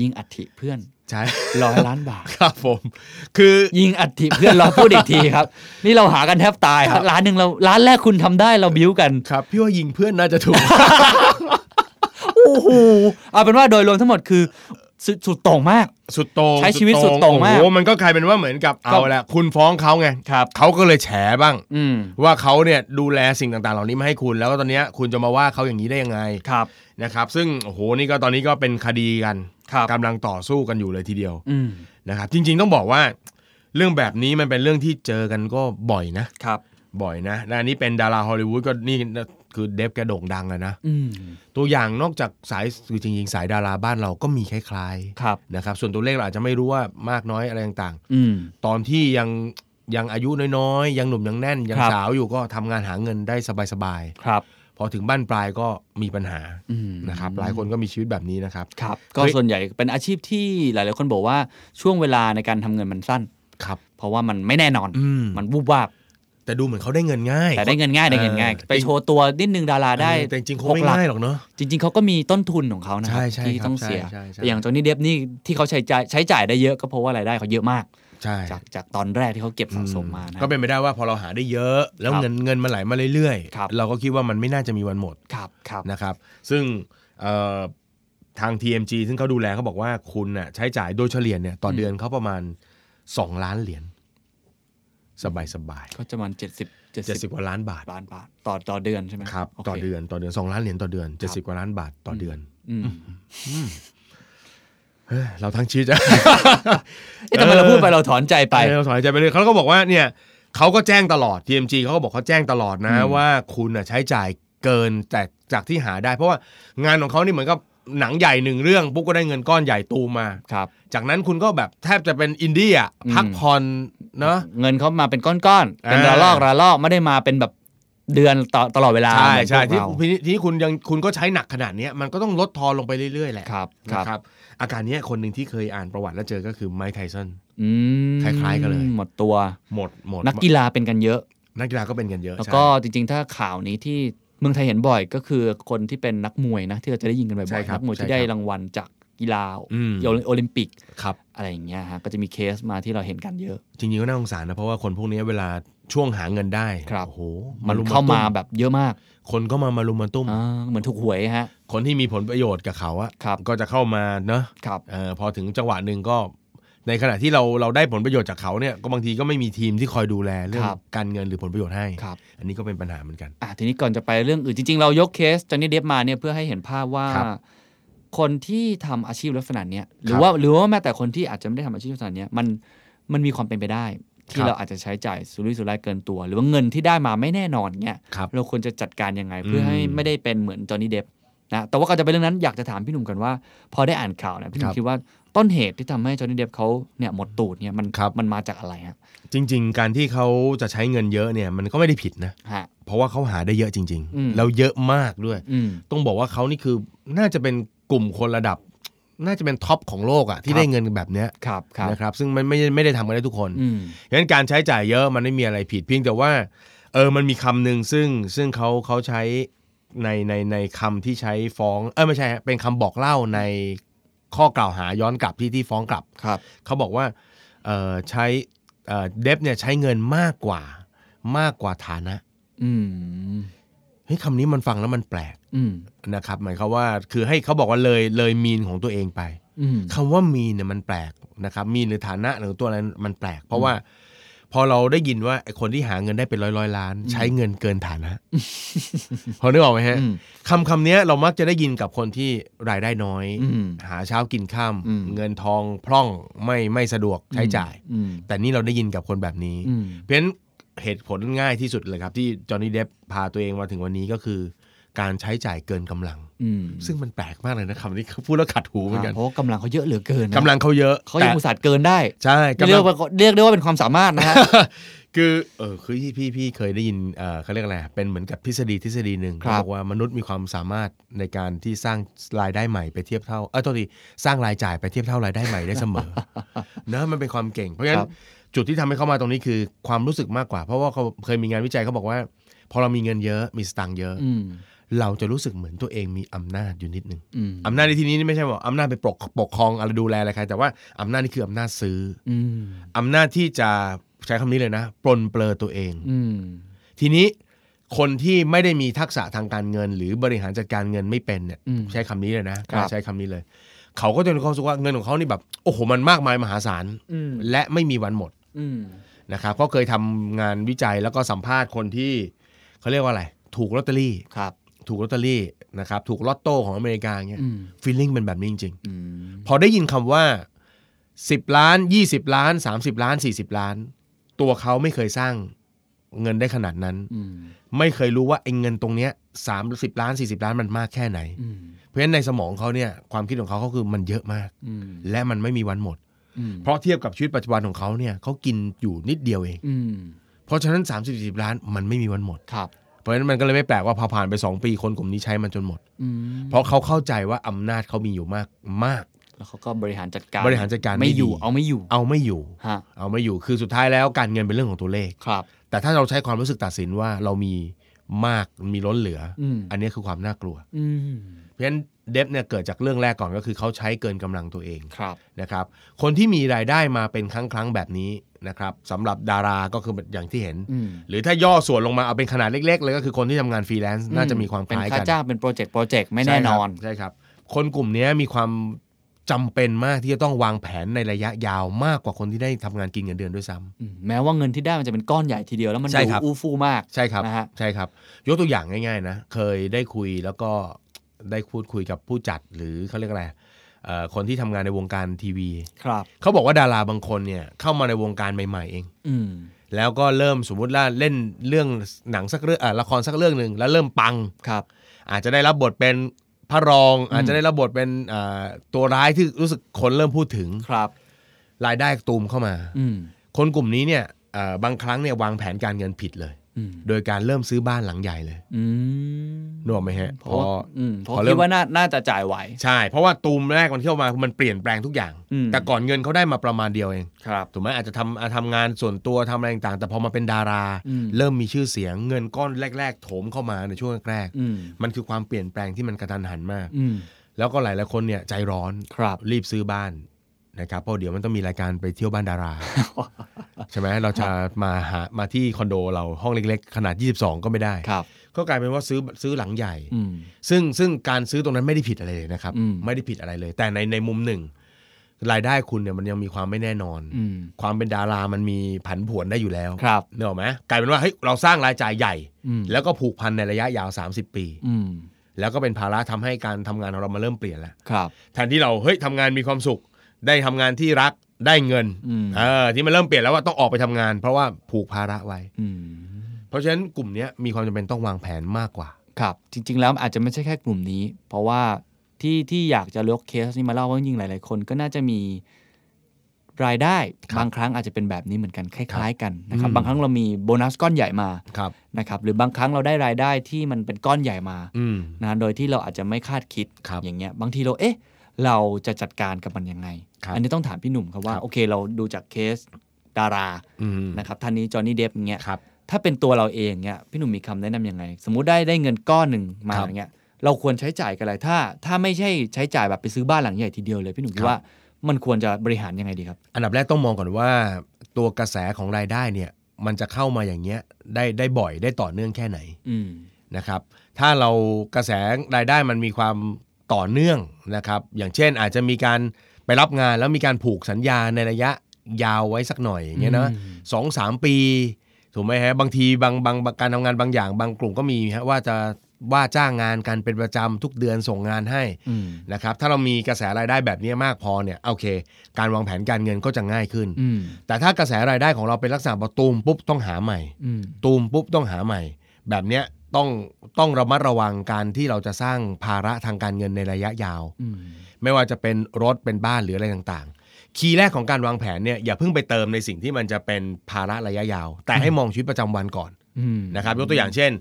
[SPEAKER 3] ยิงอัฐิเพื่อน
[SPEAKER 4] ใช่
[SPEAKER 3] ร้อยล้านบาท
[SPEAKER 4] ครับผม คือ
[SPEAKER 3] ยิงอัฐิเพื่อนเราพูดอีกทีครับ นี่เราหากันแทบตายครับร้านหนึ่งเราร้านแรกคุณทำได้เราบิ้วกัน
[SPEAKER 4] ครับพี่ว่ายิงเพื่อนน่าจะถูก
[SPEAKER 3] โอ้โหเอาเป็นว่าโดยรวมทั้งหมดคือสุดสุดโต่งมาก
[SPEAKER 4] สุดโต่ง
[SPEAKER 3] ใช้ชีวิตสุดโต่งมาก
[SPEAKER 4] โอ้โหมันก็กลายเป็นว่าเหมือนกับ
[SPEAKER 3] ครั
[SPEAKER 4] เอา
[SPEAKER 3] บ
[SPEAKER 4] ละคุณฟ้องเขาไง
[SPEAKER 3] ครับ
[SPEAKER 4] เขาก็เลยแฉบ้าง
[SPEAKER 3] อืม
[SPEAKER 4] ว่าเขาเนี่ยดูแลสิ่งต่างๆ เหล่านี้มาให้คุณ แล้วก็ตอนเนี้ยคุณจะมาว่าเขาอย่างนี้ได้ยังไง
[SPEAKER 3] ครับ
[SPEAKER 4] นะครับ ซึ่งโอ้โหนี่ก็ตอนนี้ก็เป็นคดีกัน
[SPEAKER 3] ครับ
[SPEAKER 4] กำลังต่อสู้กันอยู่เลยทีเดียว
[SPEAKER 3] อืม
[SPEAKER 4] นะครับ จริง ๆ ต้องบอกว่า เรื่องแบบนี้มันเป็นเรื่องที่เจอกันก็บ่อยนะ
[SPEAKER 3] ครับ
[SPEAKER 4] บ่อยนะและอันนี้เป็นดาราฮอลลีวูดก็นี่คือเดฟแกโด่งดังอะนะ
[SPEAKER 3] อืม
[SPEAKER 4] ตัวอย่างนอกจากสายคือจริงๆสายดาราบ้านเราก็มีคล้ายๆ
[SPEAKER 3] ครับ
[SPEAKER 4] นะครับส่วนตัวเลขเราอาจจะไม่รู้ว่ามากน้อยอะไรต่าง
[SPEAKER 3] อืม
[SPEAKER 4] ๆ ตอนที่ยังยังอายุน้อยๆ ยังหนุ่มยังแน่น ยัง
[SPEAKER 3] ครับ
[SPEAKER 4] สาวอยู่ก็ทำงานหาเงินได้สบาย
[SPEAKER 3] ครับ
[SPEAKER 4] ๆ พอถึงบ้านปลายก็มีปัญหา
[SPEAKER 3] อืม
[SPEAKER 4] นะครับหลายคนก็มีชีวิตแบบนี้นะครับ
[SPEAKER 3] ครับ ก็
[SPEAKER 4] เฮ้ย
[SPEAKER 3] ส่วนใหญ่เป็นอาชีพที่หลาย ๆ คนบอกว่าช่วงเวลาในการทำเงินมันสั้น
[SPEAKER 4] ครับ
[SPEAKER 3] เพราะว่ามันไม่แน่นอน
[SPEAKER 4] อืม
[SPEAKER 3] มันวูบวาบ
[SPEAKER 4] แต่ดูเหมือนเขาได้เงินง่าย
[SPEAKER 3] แต่ได้เงินง่ายได้เงินง่าย
[SPEAKER 4] เออ
[SPEAKER 3] ไปโชว์ตัวนิดนึงดาราได้
[SPEAKER 4] แต่จริงๆคง
[SPEAKER 3] ห
[SPEAKER 4] ไม่
[SPEAKER 3] กหลัก
[SPEAKER 4] ง่ายหรอกเนาะ
[SPEAKER 3] จริง ๆ เขาก็มีต้นทุนของเขานะครับ
[SPEAKER 4] ใช่ใช่
[SPEAKER 3] ที่
[SPEAKER 4] ครับ
[SPEAKER 3] ต้องเสีย
[SPEAKER 4] ใช่ใช่ใช่
[SPEAKER 3] แต่อย่างจอห์นนี่เดฟนี่ที่เขาใช้จ่ายใช้จ่ายได้เยอะก็เพราะว่ารายได้เขาเยอะมาก
[SPEAKER 4] ใช่
[SPEAKER 3] จากจากตอนแรกที่เขาเก็บสะสมมานะ
[SPEAKER 4] ก็เป็นไปได้ว่าพอเราหาได้เยอะแล้ว
[SPEAKER 3] ครับ
[SPEAKER 4] เงินเงินมันไหลมาเรื่อย
[SPEAKER 3] ครับ
[SPEAKER 4] ๆ เราก็คิดว่ามันไม่น่าจะมีวันหมด
[SPEAKER 3] ครับครับ
[SPEAKER 4] นะครับซึ่งเอ่อทาง TMG ซึ่งเขาดูแลเขาบอกว่าคุณน่ะใช้จ่ายโดยเฉลี่ยเนี่ยต่ออ
[SPEAKER 3] ม
[SPEAKER 4] เดือนเขาประมาณ 2 ล้านเหรียญสบายสบาย
[SPEAKER 3] ก็จะมันเจ็ดสิบเจ็ด
[SPEAKER 4] เจ็ดสิ
[SPEAKER 3] สิ
[SPEAKER 4] บบ กว่าล้านบาท
[SPEAKER 3] ล้านบาทต่อต่อเดือนใช่ไหม
[SPEAKER 4] ครับ
[SPEAKER 3] โค
[SPEAKER 4] ต่อเดือนต่อเดือน2ล้านเหรียญต่อเดือน 70 กว่าล้านบาทต่อเดือน
[SPEAKER 3] อืม
[SPEAKER 4] เฮ้ยเราทั้งชีวิตจะ
[SPEAKER 3] เอ๊ะแต่เมื่อเราพูดไปเราถอนใจไป
[SPEAKER 4] เออเราถอยใจไปเลยเขาก็บอกว่าเนี่ยเขาก็แจ้งตลอด TMG เขาก็บอกเขาแจ้งตลอดนะ
[SPEAKER 3] อืม
[SPEAKER 4] ว่าคุณน่ะใช้จ่ายเกินแต่จากที่หาได้ เพราะว่างานของเขานี่เหมือนกับหนังใหญ่หนึ่งเรื่องปุ๊บก็ได้เงินก้อนใหญ่ตูมมา
[SPEAKER 3] ครับ
[SPEAKER 4] จากนั้นคุณก็แบบแทบจะเป็นอินดี้อ่ะ
[SPEAKER 3] อืม
[SPEAKER 4] พักผ่อนเนาะ
[SPEAKER 3] เงินเขามาเป็นก้อนๆเป็น
[SPEAKER 4] อ่า
[SPEAKER 3] ระลอกระลอกไม่ได้มาเป็นแบบเดือนต่อตลอดเวลา
[SPEAKER 4] ใช่
[SPEAKER 3] เหมือน
[SPEAKER 4] ใช่
[SPEAKER 3] พ
[SPEAKER 4] ที่
[SPEAKER 3] วกเรา
[SPEAKER 4] ทีนี้ทีนี้คุณยังคุณก็ใช้หนักขนาดเนี้ยมันก็ต้องลดทอนลงไปเรื่อยๆแหละ
[SPEAKER 3] ครับค
[SPEAKER 4] นะ
[SPEAKER 3] รับ
[SPEAKER 4] ครับอาการเนี้ยคนหนึ่งที่เคยอ่านประวัติแล้วเจอก็คือไมค์ไทสัน
[SPEAKER 3] อืม
[SPEAKER 4] คล้ายๆกันเลย
[SPEAKER 3] หมดตัว
[SPEAKER 4] หมดหมด
[SPEAKER 3] นักกีฬาเป็นกันเยอะ
[SPEAKER 4] นักกีฬาก็เป็นกันเยอะ
[SPEAKER 3] แล้ว
[SPEAKER 4] ใช่
[SPEAKER 3] ก็จริงๆ ถ้าข่าวนี้ที่เมืองไทยเห็นบ่อยก็คือคนที่เป็นนักมวยนะที่เราจะได้ยินกันบ่อยๆนักมวยที่ได้รางวัลจากกีฬา
[SPEAKER 4] อืม
[SPEAKER 3] โอลิมปิก
[SPEAKER 4] ครับ
[SPEAKER 3] อะไรอย่างเงี้ยฮะก็จะมีเคสมาที่เราเห็นกันเยอะ
[SPEAKER 4] จริงๆก็น่าสงสารนะ เพราะว่าคนพวกนี้เวลาช่วงหาเงินได้
[SPEAKER 3] ครับ
[SPEAKER 4] โอ้โห
[SPEAKER 3] มัน
[SPEAKER 4] รุ
[SPEAKER 3] เข้ามา
[SPEAKER 4] ตุ้
[SPEAKER 3] แบบเยอะมาก
[SPEAKER 4] คนก็มามารุมมาตุ้ม
[SPEAKER 3] อ่าเหมือนถูกหวยฮะ
[SPEAKER 4] คนที่มีผลประโยชน์กับเขาอะ
[SPEAKER 3] ครับ
[SPEAKER 4] ก็จะเข้ามาเนาะ
[SPEAKER 3] ครับ
[SPEAKER 4] เออพอถึงจังหวะหนึ่งก็ในขณะที่เราเราได้ผลประโยชน์จากเขาเนี่ยก็บางทีก็ไม่มีทีมที่คอยดูแลเรื่อง
[SPEAKER 3] ครับ
[SPEAKER 4] การเงินหรือผลประโยชน์ให้
[SPEAKER 3] ครับ
[SPEAKER 4] อันนี้ก็เป็นปัญหาเหมือนกัน
[SPEAKER 3] อ่ะทีนี้ก่อนจะไปเรื่องอื่นจริงๆ เรายกเคสจอห์นนี่เดฟมาเนี่ยเพื่อให้เห็นภาพว่า
[SPEAKER 4] ครับ
[SPEAKER 3] คนที่ทำอาชีพลักษณะเนี้ยหรื
[SPEAKER 4] ครั
[SPEAKER 3] อบ ว่าหรือว่าแม้แต่คนที่อาจจะไม่ได้ทำอาชีพลักษณะเนี้ยมันมันมีความเป็นไปได้
[SPEAKER 4] ครั
[SPEAKER 3] ที่
[SPEAKER 4] บ
[SPEAKER 3] เราอาจจะใช้จ่ายสุรุ่ยสุร่ายเกินตัว หรือว่าเงินที่ได้มาไม่แน่นอนเงี้ย
[SPEAKER 4] ครับ
[SPEAKER 3] เราควรจะจัดการยังไง เพื่อให้
[SPEAKER 4] อืม
[SPEAKER 3] ไม่ได้เป็นเหมือนจอห์นนี่เดฟนะแต่ว่าก่อนจะไปเรื่องนั้นอยากจะถามพี่หนุ่มกันว่า พอได้อ่านข่าวเนี่ยพี่หนุ่
[SPEAKER 4] ครั
[SPEAKER 3] ม
[SPEAKER 4] บ
[SPEAKER 3] คิดว่าต้นเหตุที่ทำให้จอห์นนี่เดฟเขาเนี่ยหมดตูดเนี่ยมัน
[SPEAKER 4] ครับ
[SPEAKER 3] มันมาจากอะไรฮะ
[SPEAKER 4] จริง ๆ การที่เขาจะใช้เงินเยอะเนี่ยมันก็ไม่ได้ผิดนะ
[SPEAKER 3] ฮะ
[SPEAKER 4] เพราะว่าเขาหาได้เยอะจริง
[SPEAKER 3] อืม
[SPEAKER 4] แล้วเยอะมากด้วย
[SPEAKER 3] อืม
[SPEAKER 4] ต้องบอกว่าเขานี่คือน่าจะเป็นกลุ่มคนระดับ น่าจะเป็นท็อปของโลกอะ
[SPEAKER 3] ครั
[SPEAKER 4] ที่
[SPEAKER 3] บ
[SPEAKER 4] ได้เงินแบบเนี้ย
[SPEAKER 3] ครับครับ
[SPEAKER 4] นะครับซึ่งมันไม่ไม่ไม่ได้ทำกันได้ทุกคน
[SPEAKER 3] อืม
[SPEAKER 4] เพราะฉะนั้นการใช้จ่ายเยอะมันไม่มีอะไรผิดเพียงแต่ว่าเออมันมีคำหนึ่งซึ่งซึ่งเขาเขาใช้ในในในคำที่ใช้ฟ้อง เออไม่ใช่ฮะเป็นคำบอกเล่าในข้อกล่าวหาย้อนกลับที่ที่ฟ้องกลับ
[SPEAKER 3] ครับ
[SPEAKER 4] เขาบอกว่าเออใช้เออเดฟเนี่ยใช้เงินมากกว่ามากกว่าฐานะ
[SPEAKER 3] อืม
[SPEAKER 4] เฮ้ยคำนี้มันฟังแล้วมันแปลก
[SPEAKER 3] อืม
[SPEAKER 4] นะครับหมายความว่าคือให้เขาบอกว่าเลยเลยมีนของตัวเองไป
[SPEAKER 3] อืม
[SPEAKER 4] คำว่ามีนเนี่ยมันแปลกนะครับมีนหรือฐานะหรือตัวอะไรมันแปลก เพราะว่า พอเราได้ยินว่าไอ้คนที่หาเงินได้เป็นร้อยร้อยๆล้าน ใช้เงินเกินฐา นะ พอนึกออกไหมฮะ
[SPEAKER 3] อืม
[SPEAKER 4] คำคำเนี้ยเรามักจะได้ยินกับคนที่รายได้น้อย
[SPEAKER 3] อืม
[SPEAKER 4] หาเช้ากินข้าม
[SPEAKER 3] อืม
[SPEAKER 4] เงินทองพร่องไม่ไม่สะดวกใช้จ่าย
[SPEAKER 3] อืม
[SPEAKER 4] แต่นี่เราได้ยินกับคนแบบนี้
[SPEAKER 3] อืม
[SPEAKER 4] เพราะฉะนั้นเหตุผลง่ายที่สุดเลยครับ ที่จอห์นนี่เดฟพาตัวเองมาถึงวันนี้ก็คือ การใช้จ่ายเกินกำลัง
[SPEAKER 3] อืม
[SPEAKER 4] ซึ่งมันแปลกมากเลยนะคำนี้ พูดแล้วขัดหูเหมือนกัน
[SPEAKER 3] เพราะว่ากำลังเขาเยอะเหลือเกินนะ
[SPEAKER 4] กำลังเขาเยอะ
[SPEAKER 3] เขายังอุตส่าห์เกินได้
[SPEAKER 4] ใช่กำ
[SPEAKER 3] เรี
[SPEAKER 4] ลั
[SPEAKER 3] ย
[SPEAKER 4] ง
[SPEAKER 3] กว่าเรียกได้ว่าเป็นความสามารถนะฮะ
[SPEAKER 4] คือเออคือพี่พี่พี่เคยได้ยินเออเขาเรียกอะไรเป็นเหมือนกับทฤษฎีทฤษฎีหนึ่ง
[SPEAKER 3] ครั
[SPEAKER 4] เขา
[SPEAKER 3] บ
[SPEAKER 4] บอกว่ามนุษย์มีความสามารถในการที่สร้างรายได้ใหม่ไปเทียบเท่าเออตัวทีสร้างรายจ่ายไปเทียบเท่ารายได้ใหม่ได้เสมอ นะมันเป็นความเก่ง เพราะฉะ
[SPEAKER 3] ค
[SPEAKER 4] นั้
[SPEAKER 3] รั
[SPEAKER 4] น
[SPEAKER 3] บ
[SPEAKER 4] จุดที่ทำให้เขามาตรงนี้คือความรู้สึกมากกว่า เพราะว่าเขาเคยมีงานวิจัยเขาบอกว่า พอเรามีเงินเยอะมีสตังค์เยอะ
[SPEAKER 3] อืม
[SPEAKER 4] เราจะรู้สึกเหมือนตัวเองมีอำนาจอยู่นิดนึง
[SPEAKER 3] อืม
[SPEAKER 4] อำนาจในที่นี้นี่ไม่ใช่ว่าอำนาจไปปกปกครองอะไรดูแลอะไรใครแต่ว่าอำนาจนี่คืออำนาจซื้อ
[SPEAKER 3] อืม
[SPEAKER 4] อำนาจที่จะใช้คำนี้เลยนะ ปลนเปลือตัวเอง
[SPEAKER 3] อืม
[SPEAKER 4] ทีนี้คนที่ไม่ได้มีทักษะทางการเงิน หรือบริหารจัดการเงินไม่เป็นเนี่ย
[SPEAKER 3] อืม
[SPEAKER 4] ใช้คำนี้เลยนะครับ ใช้คำนี้เลย เขาก็จะมีความรู้สึกว่าเงินของเขานี่แบบโอ้โหมันมากมายมหาศาล
[SPEAKER 3] อืม
[SPEAKER 4] และไม่มีวันหมด
[SPEAKER 3] อืม
[SPEAKER 4] นะครับก็เคยทำงานวิจัยแล้วก็สัมภาษณ์คนที่เขาเรียกว่าอะไร ถูกลอตเตอรี่
[SPEAKER 3] ครับ
[SPEAKER 4] ถูกลอตเตอรี่นะครับถูกลอตโต้ของอเมริกาเงี้ย
[SPEAKER 3] อืม
[SPEAKER 4] ฟีลลิ่งเป็นแบบนี้จริง
[SPEAKER 3] อืม
[SPEAKER 4] ๆ พอได้ยินคำว่า 10 ล้าน 20 ล้าน 30 ล้าน 40 ล้าน ตัวเขาไม่เคยสร้างเงินได้ขนาดนั้น
[SPEAKER 3] อืม
[SPEAKER 4] ไม่เคยรู้ว่าไอ้เงินตรงเนี้ยสามสิบล้าน 40 ล้านมันมากแค่ไหน
[SPEAKER 3] อืม
[SPEAKER 4] เพราะฉะนั้นในสมองเขาเนี่ยความคิดของเขาก็คือมันเยอะมาก
[SPEAKER 3] อืม
[SPEAKER 4] และมันไม่มีวันหมด
[SPEAKER 3] อืม
[SPEAKER 4] เพราะเทียบกับชีวิตปัจจุบันของเขาเนี่ยเขากินอยู่นิดเดียวเอง
[SPEAKER 3] อืม
[SPEAKER 4] เพราะฉะนั้น 30 40ล้านมันไม่มีวันหมด
[SPEAKER 3] ครับ
[SPEAKER 4] เพราะฉะนั้นมันก็เลยไม่แปลกว่าพอผ่านไป 2 ปีคนกลุ่มนี้ใช้มันจนหมด
[SPEAKER 3] อืม
[SPEAKER 4] เพราะเขาเข้าใจว่าอำนาจเขามีอยู่มากมาก
[SPEAKER 3] แล้วเขาก็บริหารจัดการ
[SPEAKER 4] บริหารจัดการไม่
[SPEAKER 3] ไม่อยู่
[SPEAKER 4] ดี
[SPEAKER 3] เอาไม่อยู่
[SPEAKER 4] เอาไม่อยู่
[SPEAKER 3] ฮะ
[SPEAKER 4] เอาไม่อยู่คือสุดท้ายแล้วการเงินเป็นเรื่องของตัวเลข
[SPEAKER 3] ครับ
[SPEAKER 4] แต่ถ้าเราใช้ความรู้สึกตัดสินว่าเรามีมากมีล้นเหลืออ
[SPEAKER 3] อืม
[SPEAKER 4] อันนี้คือความน่ากลัว
[SPEAKER 3] อืม
[SPEAKER 4] เพราะฉะนั้นเดฟเนี่ยเกิดจากเรื่องแรกก่อนก็คือเขาใช้เกินกำลังตัวเอง
[SPEAKER 3] ครับ
[SPEAKER 4] นะครับคนที่มีรายได้มาเป็นครั้งครั้งๆแบบนี้นะครับสำหรับดาราก็คืออย่างที่เห็น
[SPEAKER 3] อืม
[SPEAKER 4] หรือถ้าย่อส่วนลงมาเอาเป็นขนาดเล็ก ๆ เลยก็คือคนที่ทำงานฟรีแลนซ์น่าจะมีความค
[SPEAKER 3] เป็น
[SPEAKER 4] ล้าย
[SPEAKER 3] ค่า
[SPEAKER 4] กัน
[SPEAKER 3] จ้างเป็นโปรเจกต์โปรเจกต์ไม่แน่นอน
[SPEAKER 4] ใช่ครับใช่ครับ คนกลุ่มเนี้ยมีความจำเป็นมากที่จะต้องวางแผนในระยะยาวมากกว่าคนที่ได้ทำงานกินเงินเดือนด้วยซ้ำ
[SPEAKER 3] อืมแม้ว่าเงินที่ได้มันจะเป็นก้อนใหญ่ทีเดียวแล้วมัน
[SPEAKER 4] ใช่
[SPEAKER 3] ดู
[SPEAKER 4] ครับ
[SPEAKER 3] อู้ฟู่มาก
[SPEAKER 4] ใช่ครับ
[SPEAKER 3] นะฮะ
[SPEAKER 4] ใช่ครับ ยกตัวอย่างง่ายๆนะ เคยได้คุยแล้วก็ได้พูดคุยกับผู้จัดหรือเขาเรียกอะไรเอ่อคนที่ทำงานในวงการทีวี
[SPEAKER 3] ครับ
[SPEAKER 4] เขาบอกว่าดาราบางคนเนี่ยเข้ามาในวงการใหม่ๆเอง
[SPEAKER 3] อืม
[SPEAKER 4] แล้วก็เริ่มสมมุติว่าเล่นเรื่องหนังสักเรื่องเอ่อละครสักเรื่องหนึ่งแล้วเริ่มปัง
[SPEAKER 3] ครับ
[SPEAKER 4] อาจจะได้รับบทเป็นพระรอง อาจจะได้รับบทเป็นเอ่อตัวร้ายที่รู้สึกคนเริ่มพูดถึง
[SPEAKER 3] ครับ
[SPEAKER 4] รายได้ตูมเข้ามา
[SPEAKER 3] อืม
[SPEAKER 4] คนกลุ่มนี้เนี่ยเอ่อบางครั้งเนี่ยวางแผนการเงินผิดเลย
[SPEAKER 3] อืม
[SPEAKER 4] โดยการเริ่มซื้อบ้านหลังใหญ่เลย
[SPEAKER 3] อืม
[SPEAKER 4] นึกออกไหมฮะ
[SPEAKER 3] เพ
[SPEAKER 4] พ
[SPEAKER 3] ราะ
[SPEAKER 4] อ
[SPEAKER 3] ว่าอืมเพราะ
[SPEAKER 4] พอเริ่
[SPEAKER 3] คิด
[SPEAKER 4] ม
[SPEAKER 3] ว่าน่าน่าจะจ่ายไหว
[SPEAKER 4] ใช่ เพราะว่าตูมแรกมันเข้ามามันเปลี่ยนแปลงทุกอย่าง
[SPEAKER 3] อืม
[SPEAKER 4] แต่ก่อนเงินเขาได้มาประมาณเดียวเอง
[SPEAKER 3] ครับ
[SPEAKER 4] ถูกไหมอาจจะทำอ่ะทำงานส่วนตัวทำอะไรต่างๆ แต่พอมาเป็นดารา
[SPEAKER 3] อืม
[SPEAKER 4] เริ่มมีชื่อเสียงเงินก้อนแรก ๆ โถมเข้ามาในช่วงแรก
[SPEAKER 3] อืม
[SPEAKER 4] ๆมันคือความเปลี่ยนแปลงที่มันกระทันหันมาก
[SPEAKER 3] อืม
[SPEAKER 4] แล้วก็หลายๆคนเนี่ยใจร้อน
[SPEAKER 3] ครับ
[SPEAKER 4] รีบซื้อบ้านนะครับเพราะเดี๋ยวมันต้องมีรายการไปเที่ยวบ้านดารา ใช่ไหมเราจะมาหามาที่คอนโดเราห้องเล็กๆ ขนาด 22 ก็ไม่ได้
[SPEAKER 3] ครับ
[SPEAKER 4] ก็กลายเป็นว่าซื้อซื้อหลังใหญ่
[SPEAKER 3] อืม
[SPEAKER 4] ซึ่งซึ่งการซื้อตรงนั้นไม่ได้ผิดอะไรเลยนะครับ
[SPEAKER 3] อืม
[SPEAKER 4] ไม่ได้ผิดอะไรเลย แต่ในในมุมหนึ่ง รายได้คุณเนี่ยมันยังมีความไม่แน่นอน
[SPEAKER 3] อืม
[SPEAKER 4] ความเป็นดารามันมีผันผวนได้อยู่แล้ว
[SPEAKER 3] ครับ
[SPEAKER 4] เนกอะไหมกลายเป็นว่าเฮ้ยเราสร้างรายจ่ายใหญ่
[SPEAKER 3] อืม
[SPEAKER 4] แล้วก็ผูกพันในระยะยาว 30 ปี
[SPEAKER 3] อืม
[SPEAKER 4] แล้วก็เป็นภาระทำให้การทำงานของเรามาเริ่มเปลี่ยนแล้ว
[SPEAKER 3] ครับ
[SPEAKER 4] แทนที่เราเฮ้ยทำงานมีความสุข ได้ทำงานที่รักได้เงิน
[SPEAKER 3] อืม
[SPEAKER 4] เออที่มันเริ่มเปลี่ยนแล้วว่าต้องออกไปทำงาน เพราะว่าผูกภาระไว้
[SPEAKER 3] อืม
[SPEAKER 4] เพราะฉะนั้นกลุ่มเนี้ยมีความจำเป็นต้องวางแผนมากกว่า
[SPEAKER 3] ครับ จริง ๆ แล้วอาจจะไม่ใช่แค่กลุ่มนี้ เพราะว่าที่ที่อยากจะยกเคสนี้มาเล่าว่าจริงๆหลาย ๆ คนก็น่าจะมีรายได้
[SPEAKER 4] ครับ
[SPEAKER 3] บางครั้งอาจจะเป็นแบบนี้เหมือนกันคล้าย ๆ กันนะครับ
[SPEAKER 4] อืม
[SPEAKER 3] บางครั้งเรามีโบนัสก้อนใหญ่มา
[SPEAKER 4] ครับ
[SPEAKER 3] นะครับหรือบางครั้งเราได้รายได้ที่มันเป็นก้อนใหญ่มา
[SPEAKER 4] อืม
[SPEAKER 3] นะโดยที่เราอาจจะไม่คาดคิด
[SPEAKER 4] ครับ
[SPEAKER 3] อย่างเงี้ยบางทีเราเอ๊ะ เราจะจัดการกับมันยังไง
[SPEAKER 4] ครับ
[SPEAKER 3] อันี้ต้องถามพี่หนุ่มครับว่า
[SPEAKER 4] ครับ
[SPEAKER 3] โอเคเราดูจากเคสดารา
[SPEAKER 4] อืม
[SPEAKER 3] นะครับท่านนี้จอห์นนี่เดฟอย่างเงี้ย
[SPEAKER 4] ครับ
[SPEAKER 3] ถ้าเป็นตัวเราเองเงี้ยพี่หนุ่มมีคำแนะนำยังไง สมมุติได้ได้เงินก้อนหนึ่งมา
[SPEAKER 4] ครับ
[SPEAKER 3] อย่างเงี้ยเราควรใช้จ่ายกับอะไรถ้า ถ้าไม่ใช่ใช้จ่ายแบบไปซื้อบ้านหลังใหญ่ทีเดียวเลยพี่หนุ่มคิ
[SPEAKER 4] ครั
[SPEAKER 3] ด
[SPEAKER 4] บ
[SPEAKER 3] ว่ามันควรจะบริหารยังไงดีครับ
[SPEAKER 4] อันดับแรกต้องมองก่อนว่า ตัวกระแสของรายได้เนี่ยมันจะเข้ามาอย่างเงี้ยได้ได้บ่อยได้ต่อเนื่องแค่ไหน
[SPEAKER 3] อืม
[SPEAKER 4] นะครับ ถ้าเรากระแสรายได้มันมีความต่อเนื่องนะครับ อย่างเช่นอาจจะมีการไปรับงานแล้วมีการผูกสัญญาในระยะ ยาวไว้สักหน่อยอย่างเงี้ยนะ
[SPEAKER 3] อืม
[SPEAKER 4] สองสามปีถูกไหมฮะบางทีบางบางบางการทำงานบางอย่าง บางกลุ่มก็มีฮะว่าจะว่าจ้างงานกันเป็นประจำทุกเดือนส่งงานให้
[SPEAKER 3] อืม
[SPEAKER 4] นะครับถ้าเรามีกระแสรายได้แบบนี้มากพอเนี่ยโอเค การวางแผนการเงินก็จะง่ายขึ้น
[SPEAKER 3] อืม
[SPEAKER 4] แต่ถ้ากระแสรายได้ของเราเป็นลักษณะพอตูมปุ๊บต้องหาใหม่
[SPEAKER 3] อืม
[SPEAKER 4] ตูมปุ๊บต้องหาใหม่ แบบเนี้ยต้องต้องระมัดระวังการที่เราจะสร้างภาระทางการเงินในระยะยาว
[SPEAKER 3] อืม
[SPEAKER 4] ไม่ว่าจะเป็นรถเป็นบ้านหรืออะไรต่างๆ คีย์แรกของการวางแผนเนี่ยอย่าเพิ่งไปเติมในสิ่งที่มันจะเป็นภาระระยะยาว แต่ให้มองชีวิตประจำวันก่อน
[SPEAKER 3] อืม
[SPEAKER 4] นะครับยกตัวอย่างเช่น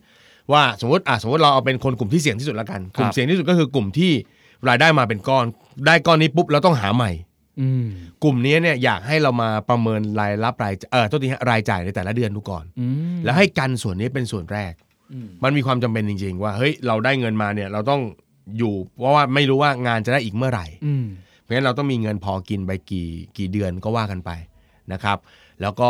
[SPEAKER 4] ว่าสมมติอ่ะสมมติเราเอาเป็นคนกลุ่มที่เสี่ยงที่สุดละกันกลุ่
[SPEAKER 3] ค
[SPEAKER 4] ม
[SPEAKER 3] รับ
[SPEAKER 4] เสี่ยงที่สุดก็คือกลุ่มที่รายได้มาเป็นก้อน ได้ก้อนนี้ปุ๊บเราต้องหาใหม่
[SPEAKER 3] อืม
[SPEAKER 4] กลุ่มนี้เนี่ยอยากให้เรามาประเมินรายรับรายเออโทษทีฮะรายจ่ายในแต่ละเดือนดูก่อน
[SPEAKER 3] อืม
[SPEAKER 4] แล้วให้กันส่วนนี้เป็นส่วนแรก
[SPEAKER 3] อืม
[SPEAKER 4] มันมีความจำเป็นจริง ๆ ว่าเฮ้ยเราได้เงินมาเนี่ยเราต้องอยู่ เพราะว่าไม่รู้ว่างานจะได้อีกเมื่อไหร่
[SPEAKER 3] อืม
[SPEAKER 4] เพราะฉะนั้นเราต้องมีเงินพอกินไปกี่กี่เดือนก็ว่ากันไปนะครับ แล้วก็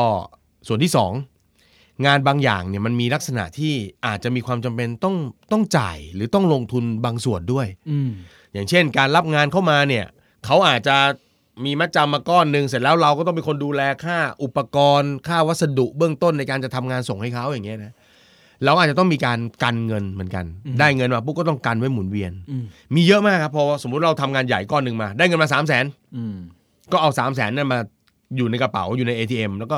[SPEAKER 4] ส่วนที่ 2 งานบางอย่างเนี่ยมันมีลักษณะที่อาจจะมีความจำเป็นต้องต้องจ่ายหรือต้องลงทุนบางส่วนด้วย
[SPEAKER 3] อืม
[SPEAKER 4] อย่างเช่น การรับงานเข้ามาเนี่ยเขาอาจจะมีมัดจำมาก้อนหนึ่งเสร็จแล้วเราก็ต้องเป็นคนดูแลค่าอุปกรณ์ค่าวัสดุเบื้องต้นในการจะทำงานส่งให้เขาอย่างเงี้ยนะเราอาจจะต้องมีการกันเงินเหมือนกัน
[SPEAKER 3] อืม
[SPEAKER 4] ได้เงินมาปุ๊บก็ต้องกันไว้หมุนเวียน
[SPEAKER 3] อืม
[SPEAKER 4] มีเยอะมากครับเพอสมมุติเราทำงานใหญ่ก้อนหนึ่งมา ได้เงินมา3 0 0 0 0น
[SPEAKER 3] อืม
[SPEAKER 4] ก็เอา 3 0 0 0 0นนั่นมาอยู่ในกระเป๋าอยู่ใน ATM แล้วก็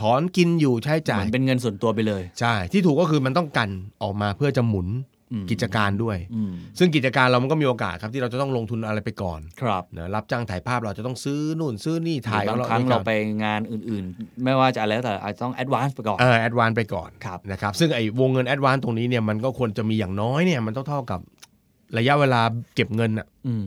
[SPEAKER 4] ถอนกินอยู่ใช้จ่า
[SPEAKER 3] เหมื
[SPEAKER 4] ย
[SPEAKER 3] อนเป็นเงินส่วนตัวไปเลย
[SPEAKER 4] ใช่ที่ถูกก็คือมันต้องกันออกมาเพื่อจะหมุน
[SPEAKER 3] อืม
[SPEAKER 4] กิจการด้วย
[SPEAKER 3] อืม
[SPEAKER 4] ซึ่งกิจการเรามันก็มีโอกาสครับที่เราจะต้องลงทุนอะไรไปก่อน
[SPEAKER 3] ครับ
[SPEAKER 4] นะรับจ้างถ่ายภาพเราจะต้องซื้อนู่นซื้อนี่ถ่าย
[SPEAKER 3] หรือบาง
[SPEAKER 4] แล้ว
[SPEAKER 3] ครั้ง
[SPEAKER 4] นี่
[SPEAKER 3] เรา
[SPEAKER 4] ก่อน
[SPEAKER 3] ไปงานอื่นๆ ไม่ว่าจะอะไรแล้วแต่อาจจะต้องแอดวานซ์ไปก่อน
[SPEAKER 4] เออแอดวานไปก่อน
[SPEAKER 3] ครับ
[SPEAKER 4] นะครับซึ่งไอ้วงเงินแอดวานตรงนี้เนี่ยมันก็ควรจะมีอย่างน้อยเนี่ยมันต้องเท่ากับระยะเวลาเก็บเงินอะ
[SPEAKER 3] อืม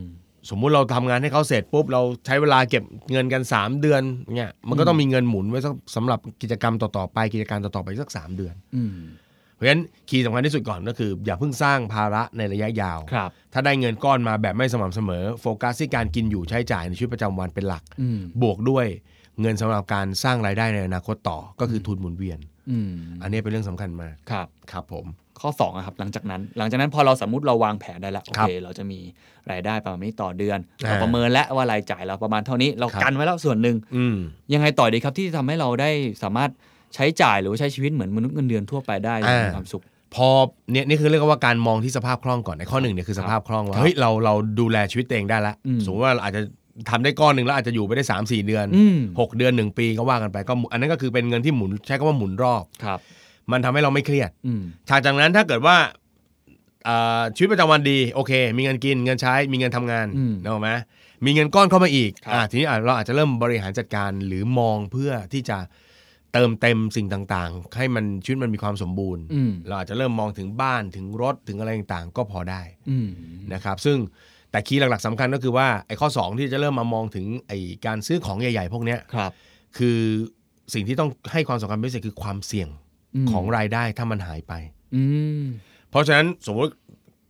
[SPEAKER 4] สมมุติเราทำงานให้เขาเสร็จปุ๊บเราใช้เวลาเก็บเงินกัน 3 เดือนเนี่ยมันก็ต้องมีเงินหมุนไว้สักสำหรับกิจกรรมต่อๆไปกิจการต่อๆไปสัก 3 เดือน
[SPEAKER 3] อืม
[SPEAKER 4] เพราะฉะนั้นคีย์สำคัญที่สุดก่อนก็คือ อย่าเพิ่งสร้างภาระในระยะยาว
[SPEAKER 3] ครับ
[SPEAKER 4] ถ้าได้เงินก้อนมาแบบไม่สม่ำเสมอ โฟกัสที่การกินอยู่ใช้จ่ายในชีวิตประจำวันเป็นหลัก
[SPEAKER 3] อืม
[SPEAKER 4] บวกด้วยเงินสำหรับการสร้างรายได้ในอนาคตต่อก็คือทุนหมุนเวียน
[SPEAKER 3] อืม
[SPEAKER 4] อันนี้เป็นเรื่องสำคัญมาก
[SPEAKER 3] ครับ
[SPEAKER 4] ครับผม
[SPEAKER 3] ข้อ2อะครับหลังจากนั้น หลังจากนั้นพอเราสมมติเราวางแผนได้แล้วโอ
[SPEAKER 4] ครับ
[SPEAKER 3] เค เราจะมีรายได้ประมาณนี้ต่อเดือน
[SPEAKER 4] อ่า
[SPEAKER 3] เราประเมินแล้วว่ารายจ่ายเราประมาณเท่านี้เรา
[SPEAKER 4] ครับ
[SPEAKER 3] กันไว้แล้วส่วนหนึ่ง
[SPEAKER 4] อืม
[SPEAKER 3] ยังไงต่อดีครับที่จะทำให้เราได้สามารถใช้จ่ายหรือว่าใช้ชีวิตเหมือนมนุษย์เงินเดือนทั่วไปได้อย่างมีความสุข
[SPEAKER 4] พอเนี่ยนี่คือเรียกว่าการมองที่สภาพคล่องก่อนในข้อหนึ่งเนี่ยคือสภาพคล่องว่าเฮ้ยเราเราดูแลชีวิตตัวเองได้ละ
[SPEAKER 3] อืม
[SPEAKER 4] สมมติว่าเราอาจจะทำได้ก้อนหนึ่งแล้วอาจจะอยู่ไปได้ 3 4 เดือน
[SPEAKER 3] อืม
[SPEAKER 4] 6 เดือน 1 ปีก็ว่ากันไปก็หมุนอันนั้นก็คือเป็นเงินที่หมุนใช้คำว่าหมุนรอบ
[SPEAKER 3] ครับ
[SPEAKER 4] มันทำให้เราไม่เครียด
[SPEAKER 3] อืม
[SPEAKER 4] หลังจากนั้นถ้าเกิดว่าเอ่อชีวิตประจำวันดีโอเค มีเงินกินเงินใช้มีเงินทำงาน
[SPEAKER 3] อืม
[SPEAKER 4] นึกออกไหมมีเงินก้อนเข้ามาอีก
[SPEAKER 3] ครับ
[SPEAKER 4] อ่ะทีนี้อ่ะเราอาจจะเริ่มบริหารจัดการหรือมองเพื่อที่จะเติมเต็มสิ่งต่างๆ ให้มันชีวิตมันมีความสมบูรณ์
[SPEAKER 3] อืม
[SPEAKER 4] เราอาจจะเริ่มมองถึงบ้านถึงรถถึงอะไรต่างๆ ก็พอได้
[SPEAKER 3] อืม
[SPEAKER 4] นะครับ ซึ่งแต่คีย์หลักๆสำคัญก็คือว่าไอ้ข้อ 2 ที่จะเริ่มมามองถึงไอ้การซื้อของใหญ่ ๆ พวกเนี้ย
[SPEAKER 3] ครับ
[SPEAKER 4] คือสิ่งที่ต้องให้ความสำคัญพิเศษคือความเสี่ยง
[SPEAKER 3] ม
[SPEAKER 4] ของรายได้ถ้ามันหายไป
[SPEAKER 3] อืม
[SPEAKER 4] เพราะฉะนั้นสมมติ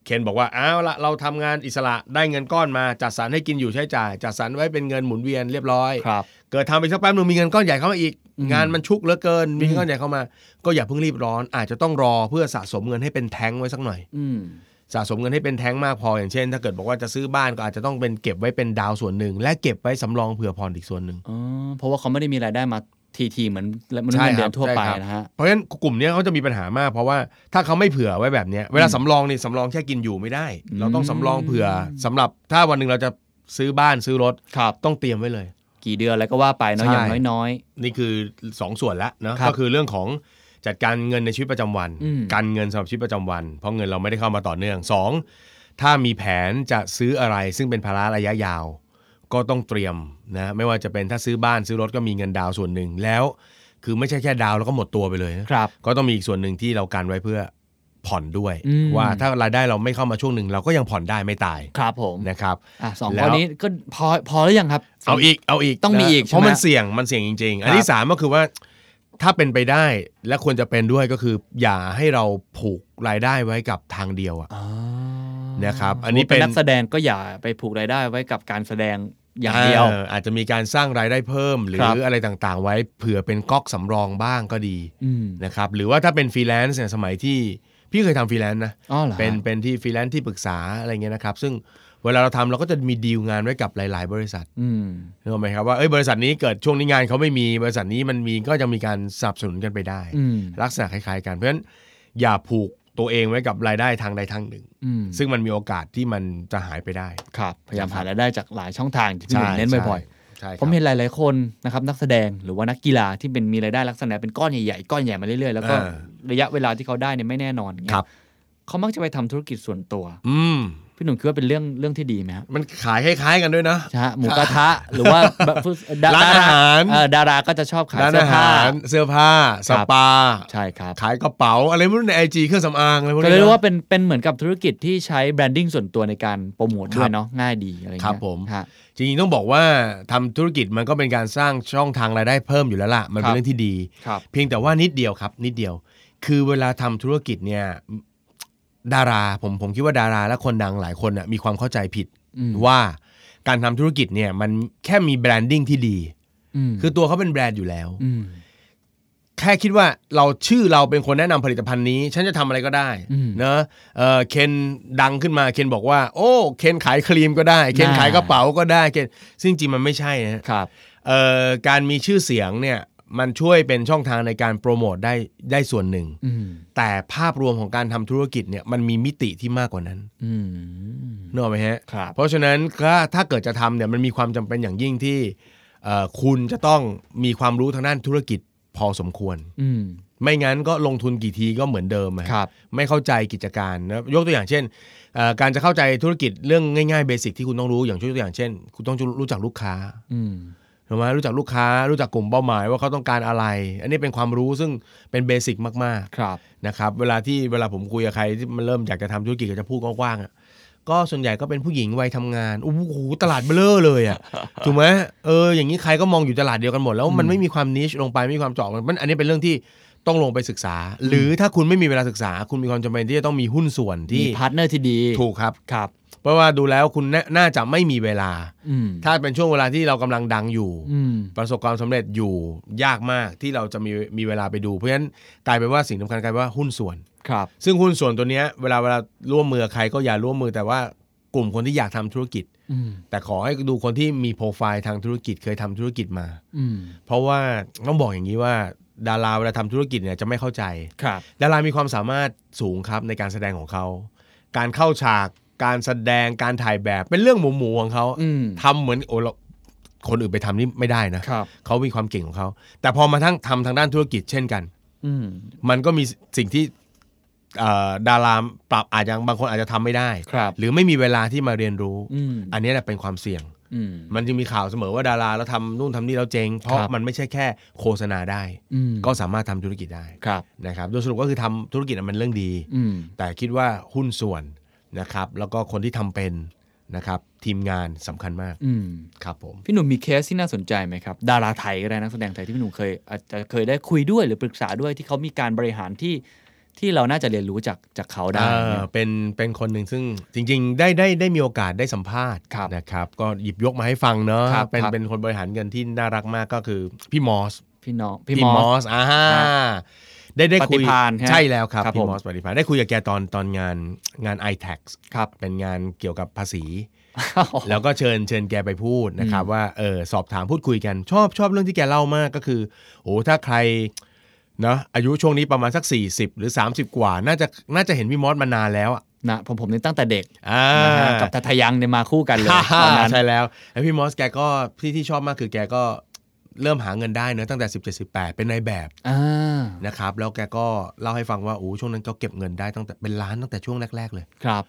[SPEAKER 4] เคนบอกว่าอ้าวละเราทำงานอิสระได้เงินก้อนมาจัดสรรให้กินอยู่ใช้จ่าย จัดสรรไว้เป็นเงินหมุนเวียนเรียบร้อย
[SPEAKER 3] ครับ
[SPEAKER 4] เกิดทำไปสักแป๊บหนึงมีเงินก้อนใหญ่เข้ามาอีก
[SPEAKER 3] อืม
[SPEAKER 4] งานมันชุกเหลือเกิน มีเงิ
[SPEAKER 3] อืม
[SPEAKER 4] นก้อนใหญ่เข้ามา ก็อย่าเพิ่งรีบร้อน อาจจะต้องรอเพื่อสะสมเงินให้เป็นแท้งไว้สักหน่อย
[SPEAKER 3] อืม
[SPEAKER 4] สะสมเงินให้เป็นแท้งมากพออย่างเช่น ถ้าเกิดบอกว่าจะซื้อบ้านก็อาจจะต้องเป็นเก็บไว้เป็นดาวส่วนหนึ่ง และเก็บไว้สำรองเผื่อผ่อนอีกส่วนหนึ่ง
[SPEAKER 3] อ๋อเพราะว่าเขาไม่ได้มีรายได้มาทีทีๆเหมือนมนุษย์เงินเดือนทั่วไป
[SPEAKER 4] ใช่ครับ
[SPEAKER 3] นะฮะ
[SPEAKER 4] เพราะฉะนั้นกลุ่มเนี้ยเขาจะมีปัญหามาก เพราะว่าถ้าเขาไม่เผื่อไว้แบบเนี้ยเวลาสำรองนี่สำรองแค่กินอยู่ไม่ได้
[SPEAKER 3] อืม
[SPEAKER 4] เราต้องสำรองเผื่อสำหรับถ้าวันหนึ่งเราจะซื้อบ้านซื้อรถ
[SPEAKER 3] ครับ
[SPEAKER 4] ต้องเตรียมไว้เลย
[SPEAKER 3] กี่เดือนแล้วก็ว่าไปเนาะ
[SPEAKER 4] ใช่
[SPEAKER 3] อย่างน้อย
[SPEAKER 4] นี่คือสองส่วนละเนอะ
[SPEAKER 3] ครับ
[SPEAKER 4] ก็คือเรื่องของจัดการเงินในชีวิตประจำวัน
[SPEAKER 3] อืม
[SPEAKER 4] การเงินสำหรับชีวิตประจำวัน เพราะเงินเราไม่ได้เข้ามาต่อเนื่องสองถ้ามีแผนจะซื้ออะไร ซึ่งเป็นภาระระยะยาว ก็ต้องเตรียมนะไม่ว่าจะเป็นถ้าซื้อบ้านซื้อรถก็มีเงินดาวน์ส่วนหนึ่งแล้ว คือไม่ใช่แค่ดาวน์แล้วก็หมดตัวไปเลยนะ
[SPEAKER 3] ๆ ครับ
[SPEAKER 4] ก็ต้องมีอีกส่วนหนึ่งที่เราการไว้เพื่อผ่อนด้วย
[SPEAKER 3] อืม
[SPEAKER 4] ว่าถ้ารายได้เราไม่เข้ามาช่วงหนึ่งเราก็ยังผ่อนได้ไม่ตาย
[SPEAKER 3] ครับผม
[SPEAKER 4] นะครับ
[SPEAKER 3] อ่ะสอง
[SPEAKER 4] แล้
[SPEAKER 3] ข้อ
[SPEAKER 4] ว
[SPEAKER 3] นี้ก็พอพอหรือยังครับ
[SPEAKER 4] เอาอีกเอาอีก
[SPEAKER 3] ต้องมี
[SPEAKER 4] นะ
[SPEAKER 3] อีกใช่ไหม
[SPEAKER 4] เพราะมันเสี่ยงมันเสี่ยงจริง ๆ อั
[SPEAKER 3] ค
[SPEAKER 4] น
[SPEAKER 3] รั
[SPEAKER 4] ที่
[SPEAKER 3] บ
[SPEAKER 4] สามก็คือว่าถ้าเป็นไปได้และควรจะเป็นด้วยก็คือ อย่าให้เราผูกรายได้ไว้กับทางเดียวอะ
[SPEAKER 3] อ๋อ
[SPEAKER 4] นะครับอันนี้
[SPEAKER 3] โเป็น
[SPEAKER 4] เป็น
[SPEAKER 3] นักแสดงก็อย่าไปผูกรายได้ไว้กับการแสดงอย่างเดียว
[SPEAKER 4] ออาจจะมีการสร้างรายได้เพิ่ม หรื
[SPEAKER 3] ครั
[SPEAKER 4] อบ อะไรต่างๆ ไว้เผื่อเป็นก๊อกสำรองบ้างก็ดี
[SPEAKER 3] อืม
[SPEAKER 4] นะครับหรือว่าถ้าเป็นฟรีแลนซ์เนี่ยสมัยที่พี่เคยทำฟรีแลนซ์นะ
[SPEAKER 3] อ๋อเหรอฮะ
[SPEAKER 4] เป็นเป็นที่ฟรีแลนซ์ที่ปรึกษาอะไรเงี้ยนะครับ ซึ่ง เวลาเราทำเราก็จะมีดีลงานไว้กับหลาย ๆ บริษัท
[SPEAKER 3] อืม
[SPEAKER 4] นึกออกไหมครับว่าเอ้ยบริษัทนี้เกิดช่วงนี้งานเขาไม่มีบริษัทนี้มันมีก็ยังมีการสนับสนุนกันไปได้
[SPEAKER 3] อืม
[SPEAKER 4] ลักษณะคล้ายๆกันเพราะฉะนั้นอย่าผูกตัวเองไว้กับรายได้ทางใดทางหนึ่ง
[SPEAKER 3] อืม
[SPEAKER 4] ซึ่งมันมีโอกาสที่มันจะหายไปได้
[SPEAKER 3] ครับพยายาม
[SPEAKER 4] นะครับ
[SPEAKER 3] หารายได้จากหลายช่องทางที่พี่หนุ่มเน้นบ่อยๆ
[SPEAKER 4] ใช่ค
[SPEAKER 3] ผ
[SPEAKER 4] รับ
[SPEAKER 3] มเห็นหลาย ๆ คนนะครับนักแสดงหรือว่านักกีฬาที่เป็นมีรายได้ลักษณะเป็นก้อนใหญ่ ๆ ก้อนใหญ่มาเรื่อย ๆ แล้วก็
[SPEAKER 4] อ่า
[SPEAKER 3] ระยะเวลาที่เขาได้เนี่ยไม่แน่นอนอย่างเงี้ย
[SPEAKER 4] ครับ
[SPEAKER 3] เขามักจะไปทำธุรกิจส่วนตัว
[SPEAKER 4] อืม
[SPEAKER 3] พี่หนุ่มคิดว่าเป็นเรื่องเรื่องที่ดีไหมฮะ
[SPEAKER 4] มันขายคล้ายๆกันด้วยนะ
[SPEAKER 3] ใช่ฮะหมูกระทะหรือว่าแบบด
[SPEAKER 4] ร้านอาหาร
[SPEAKER 3] เออดาราก็จะชอบขาย
[SPEAKER 4] ร้าน
[SPEAKER 3] เสื้อ
[SPEAKER 4] อา
[SPEAKER 3] ผ้า
[SPEAKER 4] หารเสื้อผ้า
[SPEAKER 3] ค
[SPEAKER 4] ส
[SPEAKER 3] รับ
[SPEAKER 4] ปา
[SPEAKER 3] ใช่ครับ
[SPEAKER 4] ขายกระเป๋า อะไรไม่รู้ในไอจีเครื่องสำอางอะไรพวก
[SPEAKER 3] ก็เล
[SPEAKER 4] นี้
[SPEAKER 3] ยเรียก
[SPEAKER 4] นะ
[SPEAKER 3] ว่าเป็นเป็นเหมือนกับธุรกิจที่ใช้แบรนดิ้งส่วนตัวในการโปรโมทด้วยเนาะง่ายดีอะไรเงี้ย
[SPEAKER 4] ครับผม
[SPEAKER 3] ฮะ
[SPEAKER 4] จริงๆต้องบอกว่าทำธุรกิจมันก็เป็นการสร้างช่องทางรายได้เพิ่มอยู่แล้วล่ะ มัน
[SPEAKER 3] ครั
[SPEAKER 4] เป็
[SPEAKER 3] บ
[SPEAKER 4] นเรื่องที่ดี
[SPEAKER 3] ครับ
[SPEAKER 4] เพียงแต่ว่านิดเดียวครับ นิดเดียว คือเวลาทำธุรกิจเนี่ย ดาราผมผมคิดว่าดาราและคนดังหลายคนน่ะมีความเข้าใจผิด
[SPEAKER 3] อืม
[SPEAKER 4] ว่าการทำธุรกิจเนี่ยมันแค่มีแบรนดิ้งที่ดี
[SPEAKER 3] ม
[SPEAKER 4] คือตัวเขาเป็นแบรนด์อยู่แล้ว
[SPEAKER 3] ม
[SPEAKER 4] แค่คิดว่าเราชื่อเราเป็นคนแนะนำผลิตภัณฑ์นี้ ฉันจะทำอะไรก็ได้เนอะเอ่อเคนดังขึ้นมาเคนบอกว่า โอ้เคนขายครีมก็ได้ เคนขายกระเป๋าก็ได้เคนซึ่งจริงมันไม่ใช่นะฮะ
[SPEAKER 3] ครับ
[SPEAKER 4] เอ่อการมีชื่อเสียงเนี่ยมันช่วยเป็นช่องทางในการโปรโมทได้ได้ส่วนหนึ่ง
[SPEAKER 3] อืม
[SPEAKER 4] แต่ภาพรวมของการทำธุรกิจเนี่ยมันมีมิติที่มากกว่านั้น
[SPEAKER 3] อืม
[SPEAKER 4] นึกออกไหมฮะ
[SPEAKER 3] ครับ
[SPEAKER 4] เพราะฉะนั้นก็ถ้าเกิดจะทำเนี่ยมันมีความจำเป็นอย่างยิ่งที่เอ่อคุณจะต้องมีความรู้ทางด้านธุรกิจพอสมควร
[SPEAKER 3] อืม
[SPEAKER 4] ไม่งั้นก็ลงทุนกี่ทีก็เหมือนเดิมอะ
[SPEAKER 3] ครับ
[SPEAKER 4] ไม่เข้าใจกิจการนะยกตัวอย่างเช่นเอ่อการจะเข้าใจธุรกิจเรื่องง่ายๆเบสิกที่คุณต้องรู้อย่างยกตัวอย่างเช่น คุณต้องรู้จักลูกค้า
[SPEAKER 3] อืม
[SPEAKER 4] ถูกไหมรู้จักลูกค้า รู้จักกลุ่มเป้าหมายว่าเขาต้องการอะไร อันนี้เป็นความรู้ซึ่งเป็นเบสิกมาก
[SPEAKER 3] ครับ
[SPEAKER 4] ๆนะครับเวลาที่เวลาผมคุยกับใครที่มันเริ่มอยากจะทำธุรกิจก็จะพูดกว้างๆอะก็ส่วนใหญ่ก็เป็นผู้หญิงวัยทำงานโอ้โหตลาดเบลอเลย อ่ะ ถูกไหมเอออย่างนี้ใครก็มองอยู่ตลาดเดียวกันหมดแล้วมันไม่มีความนิชลงไปไม่มีความเจาะมันมันอันนี้เป็นเรื่องที่ต้องลงไปศึกษา หรือถ้าคุณไม่มีเวลาศึกษา คุณมีความจำเป็นที่จะต้องมีหุ้นส่วน
[SPEAKER 3] มี
[SPEAKER 4] ที่
[SPEAKER 3] พาร์ทเนอร์ที่ดี
[SPEAKER 4] ถูกครับ
[SPEAKER 3] ครับ
[SPEAKER 4] เพราะว่าดูแล้วคุณน่าน่าจะไม่มีเวลา
[SPEAKER 3] อืม
[SPEAKER 4] ถ้าเป็นช่วงเวลาที่เรากำลังดังอยู่
[SPEAKER 3] อืม
[SPEAKER 4] ประสบความสำเร็จอยู่ยากมากที่เราจะมีมีเวลาไปดู เพราะฉะนั้นกลายเป็นว่าสิ่งสำคัญกลายเป็นว่าหุ้นส่วน
[SPEAKER 3] ครับ
[SPEAKER 4] ซึ่งหุ้นส่วนตัวเนี้ยเวลาเวลาร่วมมือกับใครก็อย่าร่วมมือแต่ว่ากลุ่มคนที่อยากทำธุรกิจ
[SPEAKER 3] อืม
[SPEAKER 4] แต่ขอให้ดูคนที่มีโปรไฟล์ทางธุรกิจเคยทำธุรกิจมา
[SPEAKER 3] อืม
[SPEAKER 4] เพราะว่าต้องบอกอย่างนี้ว่าดาราเวลาทำธุรกิจเนี่ยจะไม่เข้าใจ
[SPEAKER 3] ครับ
[SPEAKER 4] ดารามีความสามารถสูงครับในการแสดงของเขา การเข้าฉาก การแสดง การถ่ายแบบเป็นเรื่องหมูหมูๆของเขา
[SPEAKER 3] อืม
[SPEAKER 4] ทำเหมือนโอ้เราคนอื่นไปทำนี่ไม่ได้นะครับ เขามีความเก่งของเขา แต่พอมาทั้งทำทางด้านธุรกิจเช่นกัน
[SPEAKER 3] อืม
[SPEAKER 4] มันก็มีสิ่งที่เอ่อดาราปรับอาจจะบางคนอาจจะทำไม่ได้
[SPEAKER 3] ครับ
[SPEAKER 4] หรือไม่มีเวลาที่มาเรียนรู้
[SPEAKER 3] อืม
[SPEAKER 4] อันนี้แหละเป็นความเสี่ยง
[SPEAKER 3] อืม
[SPEAKER 4] มันจึงมีข่าวเสมอว่าดาราแล้วทำนู่นทำนี่แล้วเจ๊งเพราะ
[SPEAKER 3] ครับ
[SPEAKER 4] มันไม่ใช่แค่โฆษณาได้
[SPEAKER 3] อืม
[SPEAKER 4] ก็สามารถทำธุรกิจได้
[SPEAKER 3] ครับ
[SPEAKER 4] นะครับโดยสรุปก็คือทำธุรกิจน่ะมันเรื่องดี
[SPEAKER 3] อืม
[SPEAKER 4] แต่คิดว่าหุ้นส่วนนะครับ แล้วก็คนที่ทำเป็นนะครับ ทีมงานสำคัญมาก
[SPEAKER 3] อืม
[SPEAKER 4] ครับผม
[SPEAKER 3] พี่หนุ่มมีเคสที่น่าสนใจไหมครับ ดาราไทยก็ได้นักแสดงไทยที่พี่หนุ่มเคยอาจจะเคยได้คุยด้วยหรือปรึกษาด้วยที่เขามีการบริหารที่ที่เราน่าจะเรียนรู้จากจากเขาได้
[SPEAKER 4] เอ่
[SPEAKER 3] เนี่
[SPEAKER 4] อย เป็นเป็นคนหนึ่งซึ่งจริง ๆ ได้ได้ได้มีโอกาสได้สัมภาษณ์
[SPEAKER 3] ครับ
[SPEAKER 4] นะครับ ก็หยิบยกมาให้ฟังเนาะ
[SPEAKER 3] ครับ
[SPEAKER 4] เป็น
[SPEAKER 3] ครับ
[SPEAKER 4] เป็นคนบริหารเงินที่น่ารักมากก็คือพี่มอส
[SPEAKER 3] พี่น้องพี่
[SPEAKER 4] พี่
[SPEAKER 3] ม
[SPEAKER 4] ม
[SPEAKER 3] อ
[SPEAKER 4] อ
[SPEAKER 3] ส
[SPEAKER 4] สอ่าฮะได้ได้คุ
[SPEAKER 3] ป
[SPEAKER 4] ย
[SPEAKER 3] ฏิภาณฮะ
[SPEAKER 4] ใช่แล้วครับ
[SPEAKER 3] ครับ
[SPEAKER 4] พี่
[SPEAKER 3] ผม
[SPEAKER 4] มอสปฏิพานได้คุยกับแกตอนตอนงานงาน i t a x
[SPEAKER 3] ครับ
[SPEAKER 4] เป็นงานเกี่ยวกับภาษี แล้วก็เชิญเชิญแกไปพูดนะครับ ว่าเออสอบถามพูดคุยกันชอบชอบเรื่องที่แกเล่ามากก็คือโอ้ถ้าใครเนาะอายุช่วงนี้ประมาณสัก 40 หรือ 30 กว่า น่าจะน่าจะเห็นพี่มอสมานานแล้วอะ
[SPEAKER 3] นะผมผมเนี่ยตั้งแต่เด็ก
[SPEAKER 4] อ่า
[SPEAKER 3] นะฮะกับทัทยังเนี่ยมาคู่กันเลยตอนนั้น
[SPEAKER 4] ใช่แล้วแล้วพี่มอสแกก็ที่ที่ชอบมากคือแกก็เริ่มหาเงินได้เนอะตั้งแต่17 18เป็นนายแบบ
[SPEAKER 3] อ่า
[SPEAKER 4] นะครับแล้วแกก็เล่าให้ฟังว่าโอ้ช่วงนั้นเขาเก็บเงินได้ตั้งแต่เป็นล้านตั้งแต่ช่วงแรก ๆ เลย
[SPEAKER 3] ครับ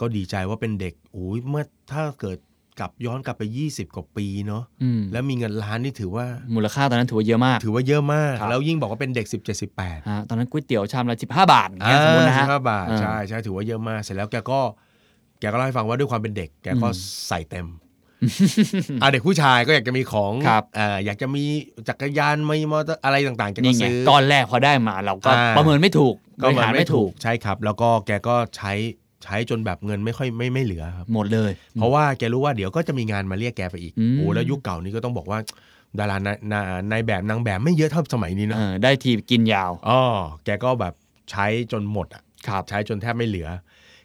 [SPEAKER 4] ก็ดีใจว่าเป็นเด็กโอ้ยเมื่อถ้าเกิดกลับย้อนกลับไป 20 กว่าปีเนาะ
[SPEAKER 3] อืม
[SPEAKER 4] แล้วมีเงินล้านนี่ถือว่า
[SPEAKER 3] มูลค่าตอนนั้นถือว่าเยอะมาก
[SPEAKER 4] ถือว่าเยอะมาก
[SPEAKER 3] ครับ
[SPEAKER 4] แล้วยิ่งบอกว่าเป็นเด็ก 17 18
[SPEAKER 3] ฮะตอนนั้นก๋วยเตี๋ยวชามละ15 บาทอย่างเงี้ยสมมตินะฮะ
[SPEAKER 4] ห้าบาท
[SPEAKER 3] อ่า
[SPEAKER 4] ใช่ใช่ถือว่าเยอะมาก เสร็จแล้วแกก็ แกก็เล่าให้ฟังว่าด้วยความเป็นเด็ก แกก็
[SPEAKER 3] อืม
[SPEAKER 4] ใส่เต็มอ่ะเด็กผู้ชายก็อยากจะมีของ
[SPEAKER 3] ครับ
[SPEAKER 4] อ่าอยากจะมีจักรยานมีมอเตอร์อะไรต่างๆแกก็
[SPEAKER 3] นี่ไง
[SPEAKER 4] ซื้อ
[SPEAKER 3] ก้อนแรกพอได้มาเราก็
[SPEAKER 4] อ่า
[SPEAKER 3] ประเมินไม่ถูกบริหารไม่ถูก
[SPEAKER 4] ใช่ครับ แล้วก็แกก็ใช้ใช้จนแบบเงินไม่ค่อยไม่ไม่เหลือครับ
[SPEAKER 3] หมดเลย
[SPEAKER 4] เพราะว่าแกรู้ว่าเดี๋ยวก็จะมีงานมาเรียกแกไปอีก
[SPEAKER 3] อืม
[SPEAKER 4] โอ้แล้วยุคเก่านี้ก็ต้องบอกว่า ดารานานานายแบบนางแบบไม่เยอะเท่าสมัยนี้นะ
[SPEAKER 3] เออได้ทีกินยาว
[SPEAKER 4] อ๋อแกก็แบบใช้จนหมดอ่ะ
[SPEAKER 3] ครับ
[SPEAKER 4] ใช้จนแทบไม่เหลือ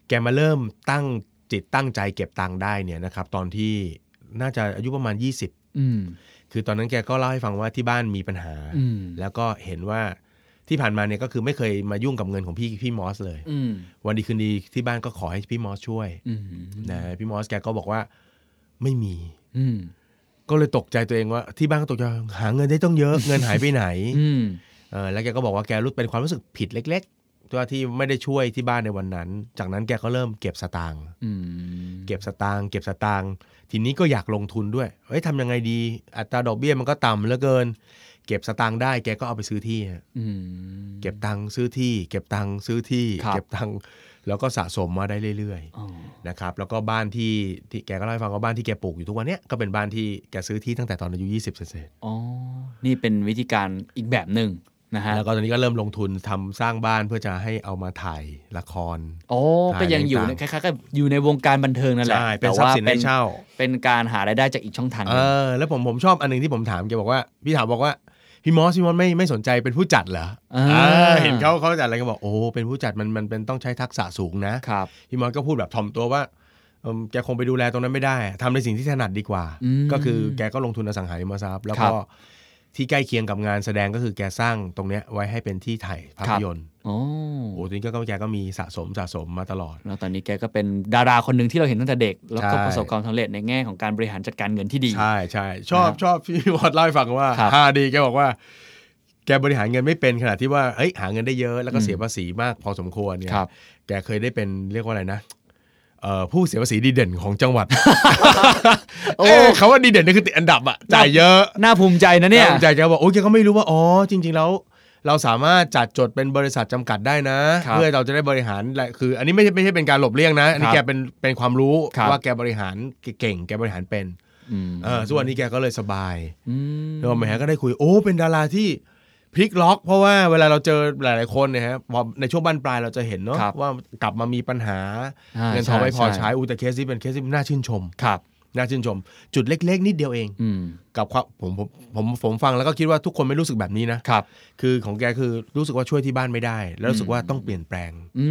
[SPEAKER 4] แกมาเริ่มตั้ง จิตตั้งใจเก็บตังค์ได้เนี่ยนะครับตอนที่น่าจะอายุประมาณ 20
[SPEAKER 3] อืม
[SPEAKER 4] คือตอนนั้นแกก็เล่าให้ฟังว่าที่บ้านมีปัญหา
[SPEAKER 3] อืม
[SPEAKER 4] แล้วก็เห็นว่าที่ผ่านมาเนี่ยก็คือไม่เคยมายุ่งกับเงินของพี่พี่มอสเลย
[SPEAKER 3] อืม
[SPEAKER 4] วันดีคืนดีที่บ้านก็ขอให้พี่มอสช่วย
[SPEAKER 3] อืม
[SPEAKER 4] นะพี่มอสแกก็บอกว่าไม่มี
[SPEAKER 3] อืม
[SPEAKER 4] ก็เลยตกใจตัวเองว่าที่บ้านก็ตกใจหาเงินได้ต้องเยอะ เงินหายไปไหน
[SPEAKER 3] อืม
[SPEAKER 4] เออแล้วแกก็บอกว่าแกรู้เป็นความรู้สึกผิดเล็กๆตัวที่ไม่ได้ช่วยที่บ้านในวันนั้น จากนั้นแกก็เริ่มเก็บสตางค์
[SPEAKER 3] อืม
[SPEAKER 4] เก็บสตางค์เก็บสตางค์ทีนี้ก็อยากลงทุนด้วยเอ้ยทำยังไงดี อัตราดอกเบี้ยมันก็ต่ำเหลือเกิน เก็บสตางค์ได้แกก็เอาไปซื้อที่ฮะ
[SPEAKER 3] อืม
[SPEAKER 4] เก็บตังค์ซื้อที่ เก็บตังค์ซื้อที่
[SPEAKER 3] ครับ
[SPEAKER 4] เก็บตังค์แล้วก็สะสมมาได้เรื่อย
[SPEAKER 3] อ๋อ
[SPEAKER 4] ๆนะครับแล้วก็บ้านที่ที่แกก็เล่าให้ฟังว่าบ้านที่แกปลูกอยู่ทุกวันเนี้ยก็เป็นบ้านที่แกซื้อที่ตั้งแต่ตอนอายุ20เศษ
[SPEAKER 3] อ๋อนี่เป็นวิธีการอีกแบบหนึ่งนะฮะ
[SPEAKER 4] ๆแล้วก็ตอนนี้ก็เริ่มลงทุนทำสร้างบ้านเพื่อจะให้เอามาถ่ายละคร
[SPEAKER 3] โอ้ก็ยังอยู่ในค
[SPEAKER 4] ถ่ายต่าง
[SPEAKER 3] ล้ายๆกับอยู่ในวงการบันเทิงนั่นแหละ
[SPEAKER 4] ใช่เป็นทรัพย์สิน
[SPEAKER 3] เป็
[SPEAKER 4] ให้เช่า
[SPEAKER 3] เป็นการหารายได้จากอีกช่องทางห
[SPEAKER 4] เอ
[SPEAKER 3] นึ่ง
[SPEAKER 4] อแล้วผมผมชอบอันหนึงที่ผมถามแกบอกว่าพี่ถามบอกว่าพี่มอสพี่มอสไม่ไม่สนใจเป็นผู้จัดเหรออา เออเห็นเขาเขาจัดอะไรก็บอกโอ้เป็นผู้จัดมันมันเป็นต้องใช้ทักษะสูงนะ
[SPEAKER 3] ครับ
[SPEAKER 4] พี่มอสก็พูดแบบถ่อมตัวว่าเอิ่มแกคงไปดูแลตรงนั้นไม่ได้อะทำในสิ่งที่ถนัดดีกว่า
[SPEAKER 3] อืม
[SPEAKER 4] ก็คือแกก็ลงทุนอสังหาริมทรัพย์ แล้ว
[SPEAKER 3] ครั
[SPEAKER 4] ก็
[SPEAKER 3] บ
[SPEAKER 4] ที่ใกล้เคียงกับงานแสดงก็คือแกสร้างตรงเนี้ยไว้ให้เป็นที่ถ่ายภา
[SPEAKER 3] ค
[SPEAKER 4] พ
[SPEAKER 3] รับ
[SPEAKER 4] ยนตร์
[SPEAKER 3] โอ้
[SPEAKER 4] โอ้ทีนี้ก็แกก็มีสะสมสะสมมาตลอด
[SPEAKER 3] แล้วตอนนี้แกก็เป็นดาราคนหนึ่งที่เราเห็นตั้งแต่เด็ก แล้วก็
[SPEAKER 4] ใช่
[SPEAKER 3] ประสบความสำเร็จในแง่ของการบริหารจัดการเงินที่ดี
[SPEAKER 4] ใช่ใช่ชอบ
[SPEAKER 3] นะครับ
[SPEAKER 4] ชอบพี่มอสเล่าให้ฟังว่า
[SPEAKER 3] ครับ
[SPEAKER 4] ฮาดีแกบอกว่า แกบริหารเงินไม่เป็นขนาดที่ว่าเอ้ยหาเงินได้เยอะแล้วก็เสียภาษีมากพอสมควรเนี่ย
[SPEAKER 3] ครับ
[SPEAKER 4] แกเคยได้เป็นเรียกว่าอะไรนะเอ่อผู้เสียภาษีดีเด่นของจังหวัด
[SPEAKER 3] โอ้
[SPEAKER 4] เอ้ยคำว่าดีเด่นนี่คือติดอันดับอะจ่ายเยอะ
[SPEAKER 3] น่าภูมิใจนะเนี่ย
[SPEAKER 4] จ่ายแกบอกโอ้ยแกก็ไม่รู้ว่าอ๋อจริง ๆ แล้ว เราสามารถจัดจดเป็นบริษัทจำกัดได้นะ
[SPEAKER 3] ครับ
[SPEAKER 4] เพื่อเราจะได้บริหารและคือ อันนี้ไม่ใช่ไม่ใช่เป็นการหลบเลี่ยงนะ อันนี้
[SPEAKER 3] ครับ
[SPEAKER 4] แกเป็นเป็นความรู้
[SPEAKER 3] ครับ
[SPEAKER 4] ว่าแกบริหารเก่งแกบริหารเป็น
[SPEAKER 3] อืม
[SPEAKER 4] เออส่วนนี้แกก็เลยสบาย
[SPEAKER 3] ม
[SPEAKER 4] เราแหมก็ได้คุยโอ้เป็นดาราที่พลิกล็อก เพราะว่าเวลาเราเจอหลาย ๆ คนเนี่ยฮะพอในช่วงบั้นปลายเราจะเห็นเนาะ
[SPEAKER 3] ครับ
[SPEAKER 4] ว่ากลับมามีปัญหา
[SPEAKER 3] อ่า
[SPEAKER 4] เงินทองไม่พอ
[SPEAKER 3] ใช่ใช่
[SPEAKER 4] ใช้อูแต่เคสนี้เป็นเคสที่น่าชื่นชม
[SPEAKER 3] ครับ
[SPEAKER 4] น่าชื่นชม จุดเล็ก ๆ นิดเดียวเอง
[SPEAKER 3] อืม
[SPEAKER 4] กับความผมผมผมผมฟังแล้วก็คิดว่าทุกคนไม่รู้สึกแบบนี้นะครับ คือของแกคือรู้สึกว่าช่วยที่บ้านไม่ได้ แล้วรู้สึกว่าต้องเปลี่ยนแปลง
[SPEAKER 3] อื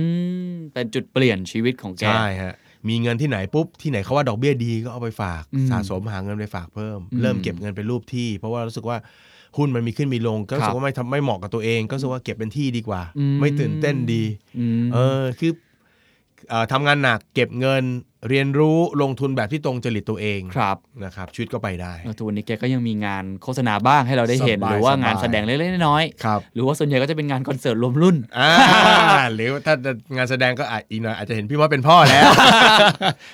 [SPEAKER 3] มเป็นจุดเปลี่ยนชีวิตของแก
[SPEAKER 4] ใช่ฮะมีเงินที่ไหนปุ๊บที่ไหนเขาว่าดอกเบี้ยดีก็เอาไปฝาก
[SPEAKER 3] อืม
[SPEAKER 4] สะสมหาเงินไปฝากเพิ่ม
[SPEAKER 3] อืม
[SPEAKER 4] เริ่มเก็บเงินเป็นรูปที่ เพราะว่ารู้สึกว่าหุ้นมันมีขึ้นมีลง ก็รู้สึกว่าไม่ทำไม่เหมาะกับตัวเอง ก็รู้สึกว่าเก็บเป็นที่ดีกว่า
[SPEAKER 3] อื
[SPEAKER 4] ไม่ตื่นเต้นดี
[SPEAKER 3] ม
[SPEAKER 4] เออคือเอ่อทำงานหนักเก็บเงินเรียนรู้ลงทุนแบบที่ตรงจริตตัวเอง
[SPEAKER 3] ครับ
[SPEAKER 4] นะครับชีวิตก็ไปได้
[SPEAKER 3] แล้วทุกวันนี้แกก็ยังมีงานโฆษณาบ้างให้เราได้เห็น
[SPEAKER 4] สบาย
[SPEAKER 3] หรือว่า
[SPEAKER 4] สบาย
[SPEAKER 3] งานแสดงเล็กๆน้อย
[SPEAKER 4] ครับ
[SPEAKER 3] ๆหรือว่าส่วนใหญ่ก็จะเป็นงานคอนเสิร์ตรวม รุ่น
[SPEAKER 4] อ่าหรือถ้าจะงานแสดงก็อาจอีกหน่อยอาจจะเห็นพี่ว่าเป็นพ่อ แล้ว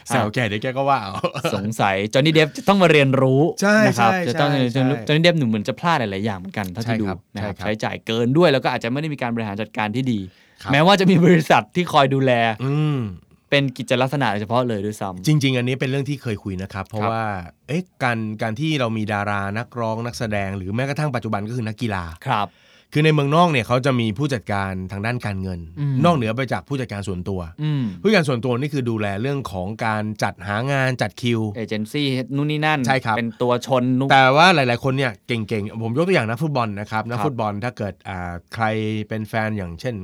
[SPEAKER 4] แซวแกเดี๋ยวแกก็ว่าเอา
[SPEAKER 3] สงสัยจอห์นนี่เดฟจะต้องมาเรียนรู้
[SPEAKER 4] ใช่
[SPEAKER 3] นะครับ
[SPEAKER 4] ใช่
[SPEAKER 3] จะต้อง
[SPEAKER 4] ใช่
[SPEAKER 3] จอห์นนี่จอห์นนี่เดฟหนุ่มเหมือนจะพลาดหลายๆอย่างเหมือนกันเท่าที่ดู
[SPEAKER 4] ใช่ครับ
[SPEAKER 3] นะครับ
[SPEAKER 4] ใช่ครับ
[SPEAKER 3] ใช้จ่ายเกินด้วยแล้วก็อาจจะไม่ได้มีการบริหารจัดการที่ดี
[SPEAKER 4] ครับ
[SPEAKER 3] แม้ว่าจะมีบริษัทที่คอยดูแล
[SPEAKER 4] อืม
[SPEAKER 3] เป็นกิจลักษณะโดยเฉพาะเลยด้วยซ้
[SPEAKER 4] จริง ๆ อันนี้เป็นเรื่องที่เคยคุยนะครับ เพราะ
[SPEAKER 3] ครับ
[SPEAKER 4] ว่าเอ๊ะการการที่เรามีดารานักร้องนักแสดง หรือแม้กระทั่งปัจจุบันก็คือนักกีฬา
[SPEAKER 3] ำครับ
[SPEAKER 4] คือในเมืองนอกเนี่ยเขาจะมีผู้จัดการทางด้านการเงิน
[SPEAKER 3] อืม
[SPEAKER 4] นอกเหนือไปจากผู้จัดการส่วนตัว
[SPEAKER 3] อืม
[SPEAKER 4] ผู้จัดการส่วนตัวนี่คือดูแลเรื่องของการจัดหางานจัดคิว
[SPEAKER 3] เอเจนซี่นู่นนี่นั่น
[SPEAKER 4] ใช่ครับ
[SPEAKER 3] เป็นตัวชนนู่น
[SPEAKER 4] แต่ว่าหลาย ๆ คนเนี่ยเก่ง ๆ ผมยกตัวอย่างนักฟุตบอลนะครับนั
[SPEAKER 3] ค
[SPEAKER 4] ก
[SPEAKER 3] รับ
[SPEAKER 4] ฟุตบอลถ้าเกิดอ่าใครเป็นแฟนอย่างเช่น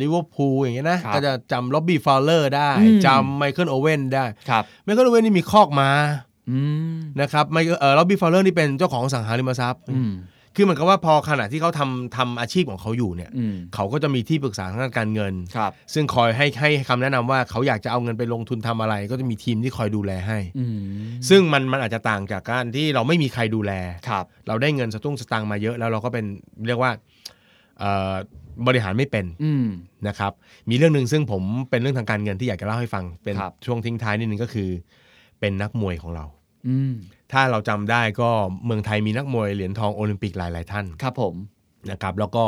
[SPEAKER 4] ลิเวอร์พูลอย่างเงี้ยนะครับ ก็จะจำล็อบบี้ฟาวเลอร์ได้
[SPEAKER 3] อืม
[SPEAKER 4] จำไมเคิลโอเว่นได้
[SPEAKER 3] ครับ
[SPEAKER 4] ไมเคิลโอเว่นนี่มีคอกม้า
[SPEAKER 3] อืม
[SPEAKER 4] นะครับไมเคิลเอ่อล็อบบี้ฟาวเลอร์นี่เป็นเจ้าของอสังหาริมทรัพย์
[SPEAKER 3] อืม
[SPEAKER 4] คือเหมือนกับว่าพอขณะที่เขาทำทำอาชีพของเขาอยู่เนี่ย
[SPEAKER 3] อืม
[SPEAKER 4] เขาก็จะมีที่ปรึกษาทางด้านการเงิน
[SPEAKER 3] ครับ
[SPEAKER 4] ซึ่งคอยให้ให้คำแนะนำว่าเขาอยากจะเอาเงินไปลงทุนทำอะไร ก็จะมีทีมที่คอยดูแลให้
[SPEAKER 3] อืม
[SPEAKER 4] ซึ่งมันมันอาจจะต่างจากการที่เราไม่มีใครดูแล
[SPEAKER 3] ครับ
[SPEAKER 4] เราได้เงินสตุ้งสตางค์มาเยอะแล้วเราก็เป็นเรียกว่าเอ่อบริหารไม่เป็น
[SPEAKER 3] อืม
[SPEAKER 4] นะครับ มีเรื่องหนึ่งซึ่งผมเป็นเรื่องทางการเงินที่อยากจะเล่าให้ฟัง เป็น
[SPEAKER 3] ครับ
[SPEAKER 4] ช่วงทิ้งท้ายนิดนึงก็คือ เป็นนักมวยของเรา
[SPEAKER 3] อืม
[SPEAKER 4] ถ้าเราจำได้ก็เมืองไทยมีนักมวยเหรียญทองโอลิมปิกหลาย ๆ ท่าน
[SPEAKER 3] ครับผม
[SPEAKER 4] นะครับแล้วก็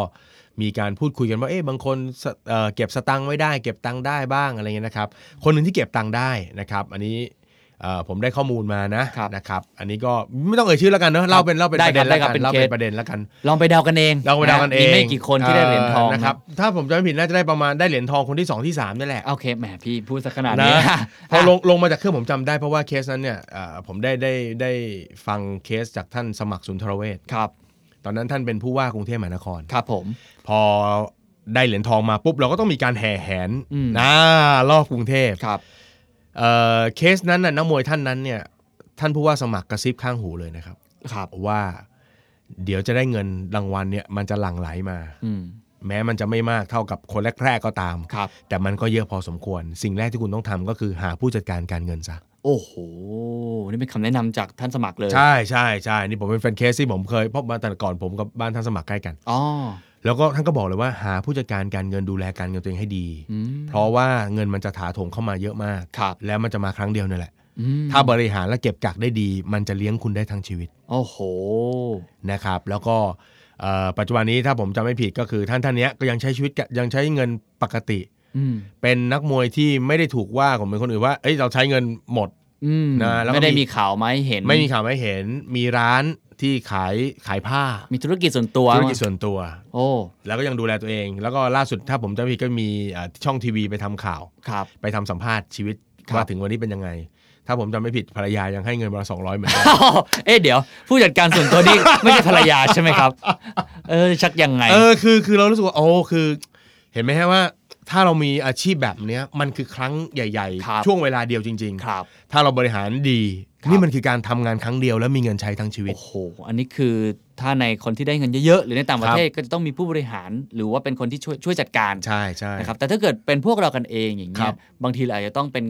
[SPEAKER 4] มีการพูดคุยกันว่าเอ๊ะบางคนสเอ่อเก็บสตังค์ไว้ได้ เก็บตังค์ได้บ้างอะไรเงี้ยนะครับ คนหนึ่งที่เก็บตังค์ได้นะครับ อันนี้เอ่อผมได้ข้อมูลมานะนะครับ อันนี้ก็ไม่ต้องเอ่ยชื่อแล้วกันเนอะเล่าเป็นเล่าเป็นประเด็นแล้วกันเล่าเป็นประเด็นแล้วกัน
[SPEAKER 3] ลองไปเดากันเอง
[SPEAKER 4] เราไปเดากันเอง
[SPEAKER 3] มีไม่กี่คนที่ได้เหรียญทอง
[SPEAKER 4] นะครับ ถ้าผมจำไม่ผิดน่าจะได้ประมาณได้เหรียญทองคนที่ 2 ที่ 3 นี่แหละ
[SPEAKER 3] โอเคแหมพี่พูดสักขนาดนี้
[SPEAKER 4] พอลงลงมาจากเครื่องผมจำได้เพราะว่าเคสนั้นเนี่ยเอ่อผมได้ได้ได้ฟังเคสจากท่านสมัครสุนทรเวช
[SPEAKER 3] ครับ
[SPEAKER 4] ตอนนั้นท่านเป็นผู้ว่ากรุงเทพมหานคร
[SPEAKER 3] ครับผม
[SPEAKER 4] พอได้เหรียญทองมาปุ๊บเราก็ต้องมีการแห่แหน
[SPEAKER 3] อืม
[SPEAKER 4] นะรอบกรุงเทพ
[SPEAKER 3] ครับ
[SPEAKER 4] เอ่อเคสนั้นน่ะนักมวยท่านนั้นเนี่ยท่านผู้ว่าสมัครกระซิบข้างหูเลยนะครับ
[SPEAKER 3] ครับ
[SPEAKER 4] ว่าเดี๋ยวจะได้เงินรางวัลเนี่ยมันจะหลั่งไหลมา
[SPEAKER 3] อืม
[SPEAKER 4] แม้มันจะไม่มากเท่ากับคนแรกๆก็ตาม
[SPEAKER 3] ครับ
[SPEAKER 4] แต่มันก็เยอะพอสมควร สิ่งแรกที่คุณต้องทำก็คือหาผู้จัดการการเงินซะ
[SPEAKER 3] โอ้โห นี่เป็นคำแนะนำจากท่านสมัครเลย
[SPEAKER 4] ใช่ใช่ใช่นี่ผมเป็นแฟนเคสที่ผมเคยเพราะมาแต่ก่อนผมกับบ้านท่านสมัครใกล้กัน
[SPEAKER 3] อ๋อ
[SPEAKER 4] แล้วก็ท่านก็บอกเลยว่าหาผู้จัดการการเงินดูแลการเงินตัวเองให้ดี
[SPEAKER 3] อืม
[SPEAKER 4] เพราะว่าเงินมันจะถาโถมเข้ามาเยอะมาก
[SPEAKER 3] ครับ
[SPEAKER 4] แล้วมันจะมาครั้งเดียวเนี่ยแหละ
[SPEAKER 3] อืม
[SPEAKER 4] ถ้าบริหารและเก็บกักได้ดี มันจะเลี้ยงคุณได้ทั้งชีวิต
[SPEAKER 3] โอ้โห
[SPEAKER 4] นะครับ แล้วก็เอ่อปัจจุบันนี้ถ้าผมจำไม่ผิดก็คือท่านท่านเนี้ยก็ยังใช้ชีวิตกับยังใช้เงินปกติ
[SPEAKER 3] อืม
[SPEAKER 4] เป็นนักมวยที่ไม่ได้ถูกว่าของเหมือนคนอื่นว่า เอ้ยเราใช้เงินหมด
[SPEAKER 3] อืม
[SPEAKER 4] นะแล้วก็
[SPEAKER 3] ไม่ได้
[SPEAKER 4] มี
[SPEAKER 3] มีข่าวไหมเห็น
[SPEAKER 4] ไม่มีข่าวไม่เห็น มีร้านที่ขายขายผ้า
[SPEAKER 3] มีธุรกิจส่วนตัว
[SPEAKER 4] ธุรกิจส่วนตัว
[SPEAKER 3] โอ้
[SPEAKER 4] แล้วก็ยังดูแลตัวเอง แล้วก็ล่าสุดถ้าผมจำไม่ผิดก็มีอ่าช่องทีวีไปทำข่าว
[SPEAKER 3] ครับ
[SPEAKER 4] ไปทำสัมภาษณ์ชีวิต
[SPEAKER 3] ครับ
[SPEAKER 4] ว่าถึงวันนี้เป็นยังไง ถ้าผมจำไม่ผิดภรรยายังให้เงินวันละสองร้อยเหมือนกัน
[SPEAKER 3] เอ๊ะเดี๋ยว ผู้จัดการส่วนตัวนี่ ไม่ใช่ภรรยาใช่ไหมครับ เออ ชักยังไง
[SPEAKER 4] เออคือคือเรารู้สึกว่าโอ้คือ เห็นไหมฮะว่า ถ้าเรามีอาชีพแบบเนี้ยมันคือครั้งใหญ่
[SPEAKER 3] ครับ
[SPEAKER 4] ช่วงเวลาเดียวจริง
[SPEAKER 3] ครับ
[SPEAKER 4] ๆ ถ้าเราบริหารดี
[SPEAKER 3] ครับ
[SPEAKER 4] นี่มันคือการทำงานครั้งเดียวแล้วมีเงินใช้ทั้งชีวิต
[SPEAKER 3] โอ้โห อันนี้คือถ้าในคนที่ได้เงินเยอะๆ หรือในต่างประเทศก็จะต้องมีผู้บริหาร หรือว่าเป็นคนที่ช่วยช่วยจัดการ
[SPEAKER 4] ใช่ใช่
[SPEAKER 3] นะครับ แต่ถ้าเกิดเป็นพวกเรากันเองอย่าง
[SPEAKER 4] ค
[SPEAKER 3] เงี้
[SPEAKER 4] รั
[SPEAKER 3] ย
[SPEAKER 4] บ
[SPEAKER 3] บางทีเราอาจจะต้องเป็น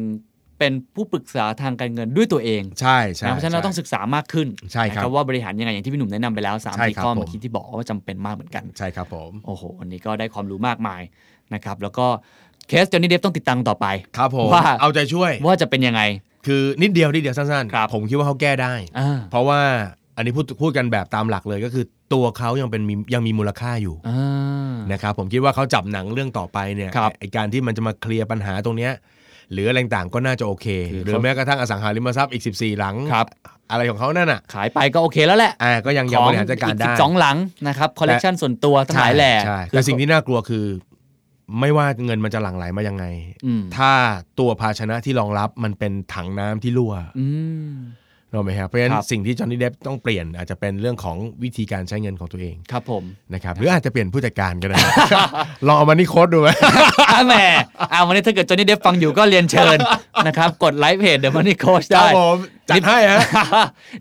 [SPEAKER 3] เป็นผู้ปรึกษาทางการเงินด้วยตัวเอง
[SPEAKER 4] ใช่ใช่
[SPEAKER 3] นะเพราะฉะนั้นเราต้องศึกษามากขึ้น
[SPEAKER 4] ใช่ครับ
[SPEAKER 3] นะว่าบริหารยังไงอย่างที่พี่หนุ่มแนะนำไปแล้ว3าม
[SPEAKER 4] ใช่
[SPEAKER 3] สี่
[SPEAKER 4] ครับ
[SPEAKER 3] ข้อ
[SPEAKER 4] ผม
[SPEAKER 3] เมื่อกี้ที่บอกว่าจำเป็นมากเหมือนกัน
[SPEAKER 4] ใช่ครับผม
[SPEAKER 3] โอ้โหวันนี้ก็ได้ความรู้มากมายนะครับแล้วก็เคสจอห์นนี่เดฟต้องติดตามต่อไป
[SPEAKER 4] ครับผม
[SPEAKER 3] ว่า
[SPEAKER 4] เอาใจช่วย
[SPEAKER 3] ว่าจะเป็นยังไง
[SPEAKER 4] คือนิดเดียวนิดเดียวสั้น
[SPEAKER 3] ครับ
[SPEAKER 4] ผมคิดว่าเขาแก้ได้
[SPEAKER 3] อ่า
[SPEAKER 4] เพราะว่าอันนี้พูดพูดกันแบบตามหลักเลยก็คือตัวเขายังเป็นมียังมีมูลค่าอยู่
[SPEAKER 3] อ่า
[SPEAKER 4] นะครับผมคิดว่าเขาจับหนังเรื่องต่อไปเนี่ย
[SPEAKER 3] ครับ
[SPEAKER 4] ไอการที่มันจะมาเคลียร์ปัญหาตรงเนี้ยหรืออะไรต่างๆก็น่าจะโอเค
[SPEAKER 3] คือ
[SPEAKER 4] หรือ
[SPEAKER 3] เขา
[SPEAKER 4] แม้กระทั่งอสังหาริมทรัพย์อีก 14 หลัง
[SPEAKER 3] ครับ
[SPEAKER 4] อะไรของเขานั่นน่ะ
[SPEAKER 3] ขายไปก็โอเคแล้วแหละ
[SPEAKER 4] อ่าก็ยังยังบริหารจัดการได้
[SPEAKER 3] สองหลังนะครับคอลเลกชันส่วนตัวทั้งหลายแหล่
[SPEAKER 4] ใช่ใช่
[SPEAKER 3] คือ
[SPEAKER 4] แต่สิ่งที่น่ากลัวคือ ไม่ว่าเงินมันจะหลั่งไหลมายังไง
[SPEAKER 3] อืม
[SPEAKER 4] ถ้าตัวภาชนะที่รองรับมันเป็นถังน้ำที่รั่ว
[SPEAKER 3] อืม
[SPEAKER 4] เราไหมครับเพราะฉะนั้
[SPEAKER 3] คน รับ
[SPEAKER 4] สิ่งที่จอห์นนี่เดฟต้องเปลี่ยนอาจจะเป็นเรื่องของวิธีการใช้เงินของตัวเอง
[SPEAKER 3] ครับผม
[SPEAKER 4] นะครับหรืออาจจะเปลี่ยนผู้จัดการก็ได้ ลองเอามานี่โค้ดดูไหม
[SPEAKER 3] อ่ะแหมอ่ะวันนี้ถ้าเกิดจอห์นนี่เดฟฟังอยู่ก็เรียนเชิญ นะครับ กดไลค์เพจเดี๋ยวมันนี่โค้ช
[SPEAKER 4] ครั
[SPEAKER 3] ได้
[SPEAKER 4] บผมจัดให้ฮะ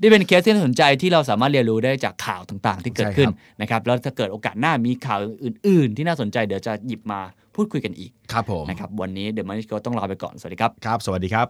[SPEAKER 3] นี่ เป็นเคสที่น่าสนใจที่เราสามารถเรียนรู้ได้จากข่าวต่างๆ ที่เกิดขึ้นนะครับแล้วถ้าเกิดโอกาสหน้ามีข่าวอื่น ๆ ที่น่าสนใจเดี๋ยวจะหยิบมาพูดคุยกันอีก
[SPEAKER 4] ครับผม
[SPEAKER 3] นะครับวันนี้เดี๋ยวมันนี่โค้ชต้องลาไปก่อนสวัสดีครับ
[SPEAKER 4] ครับ สวัสดีครับ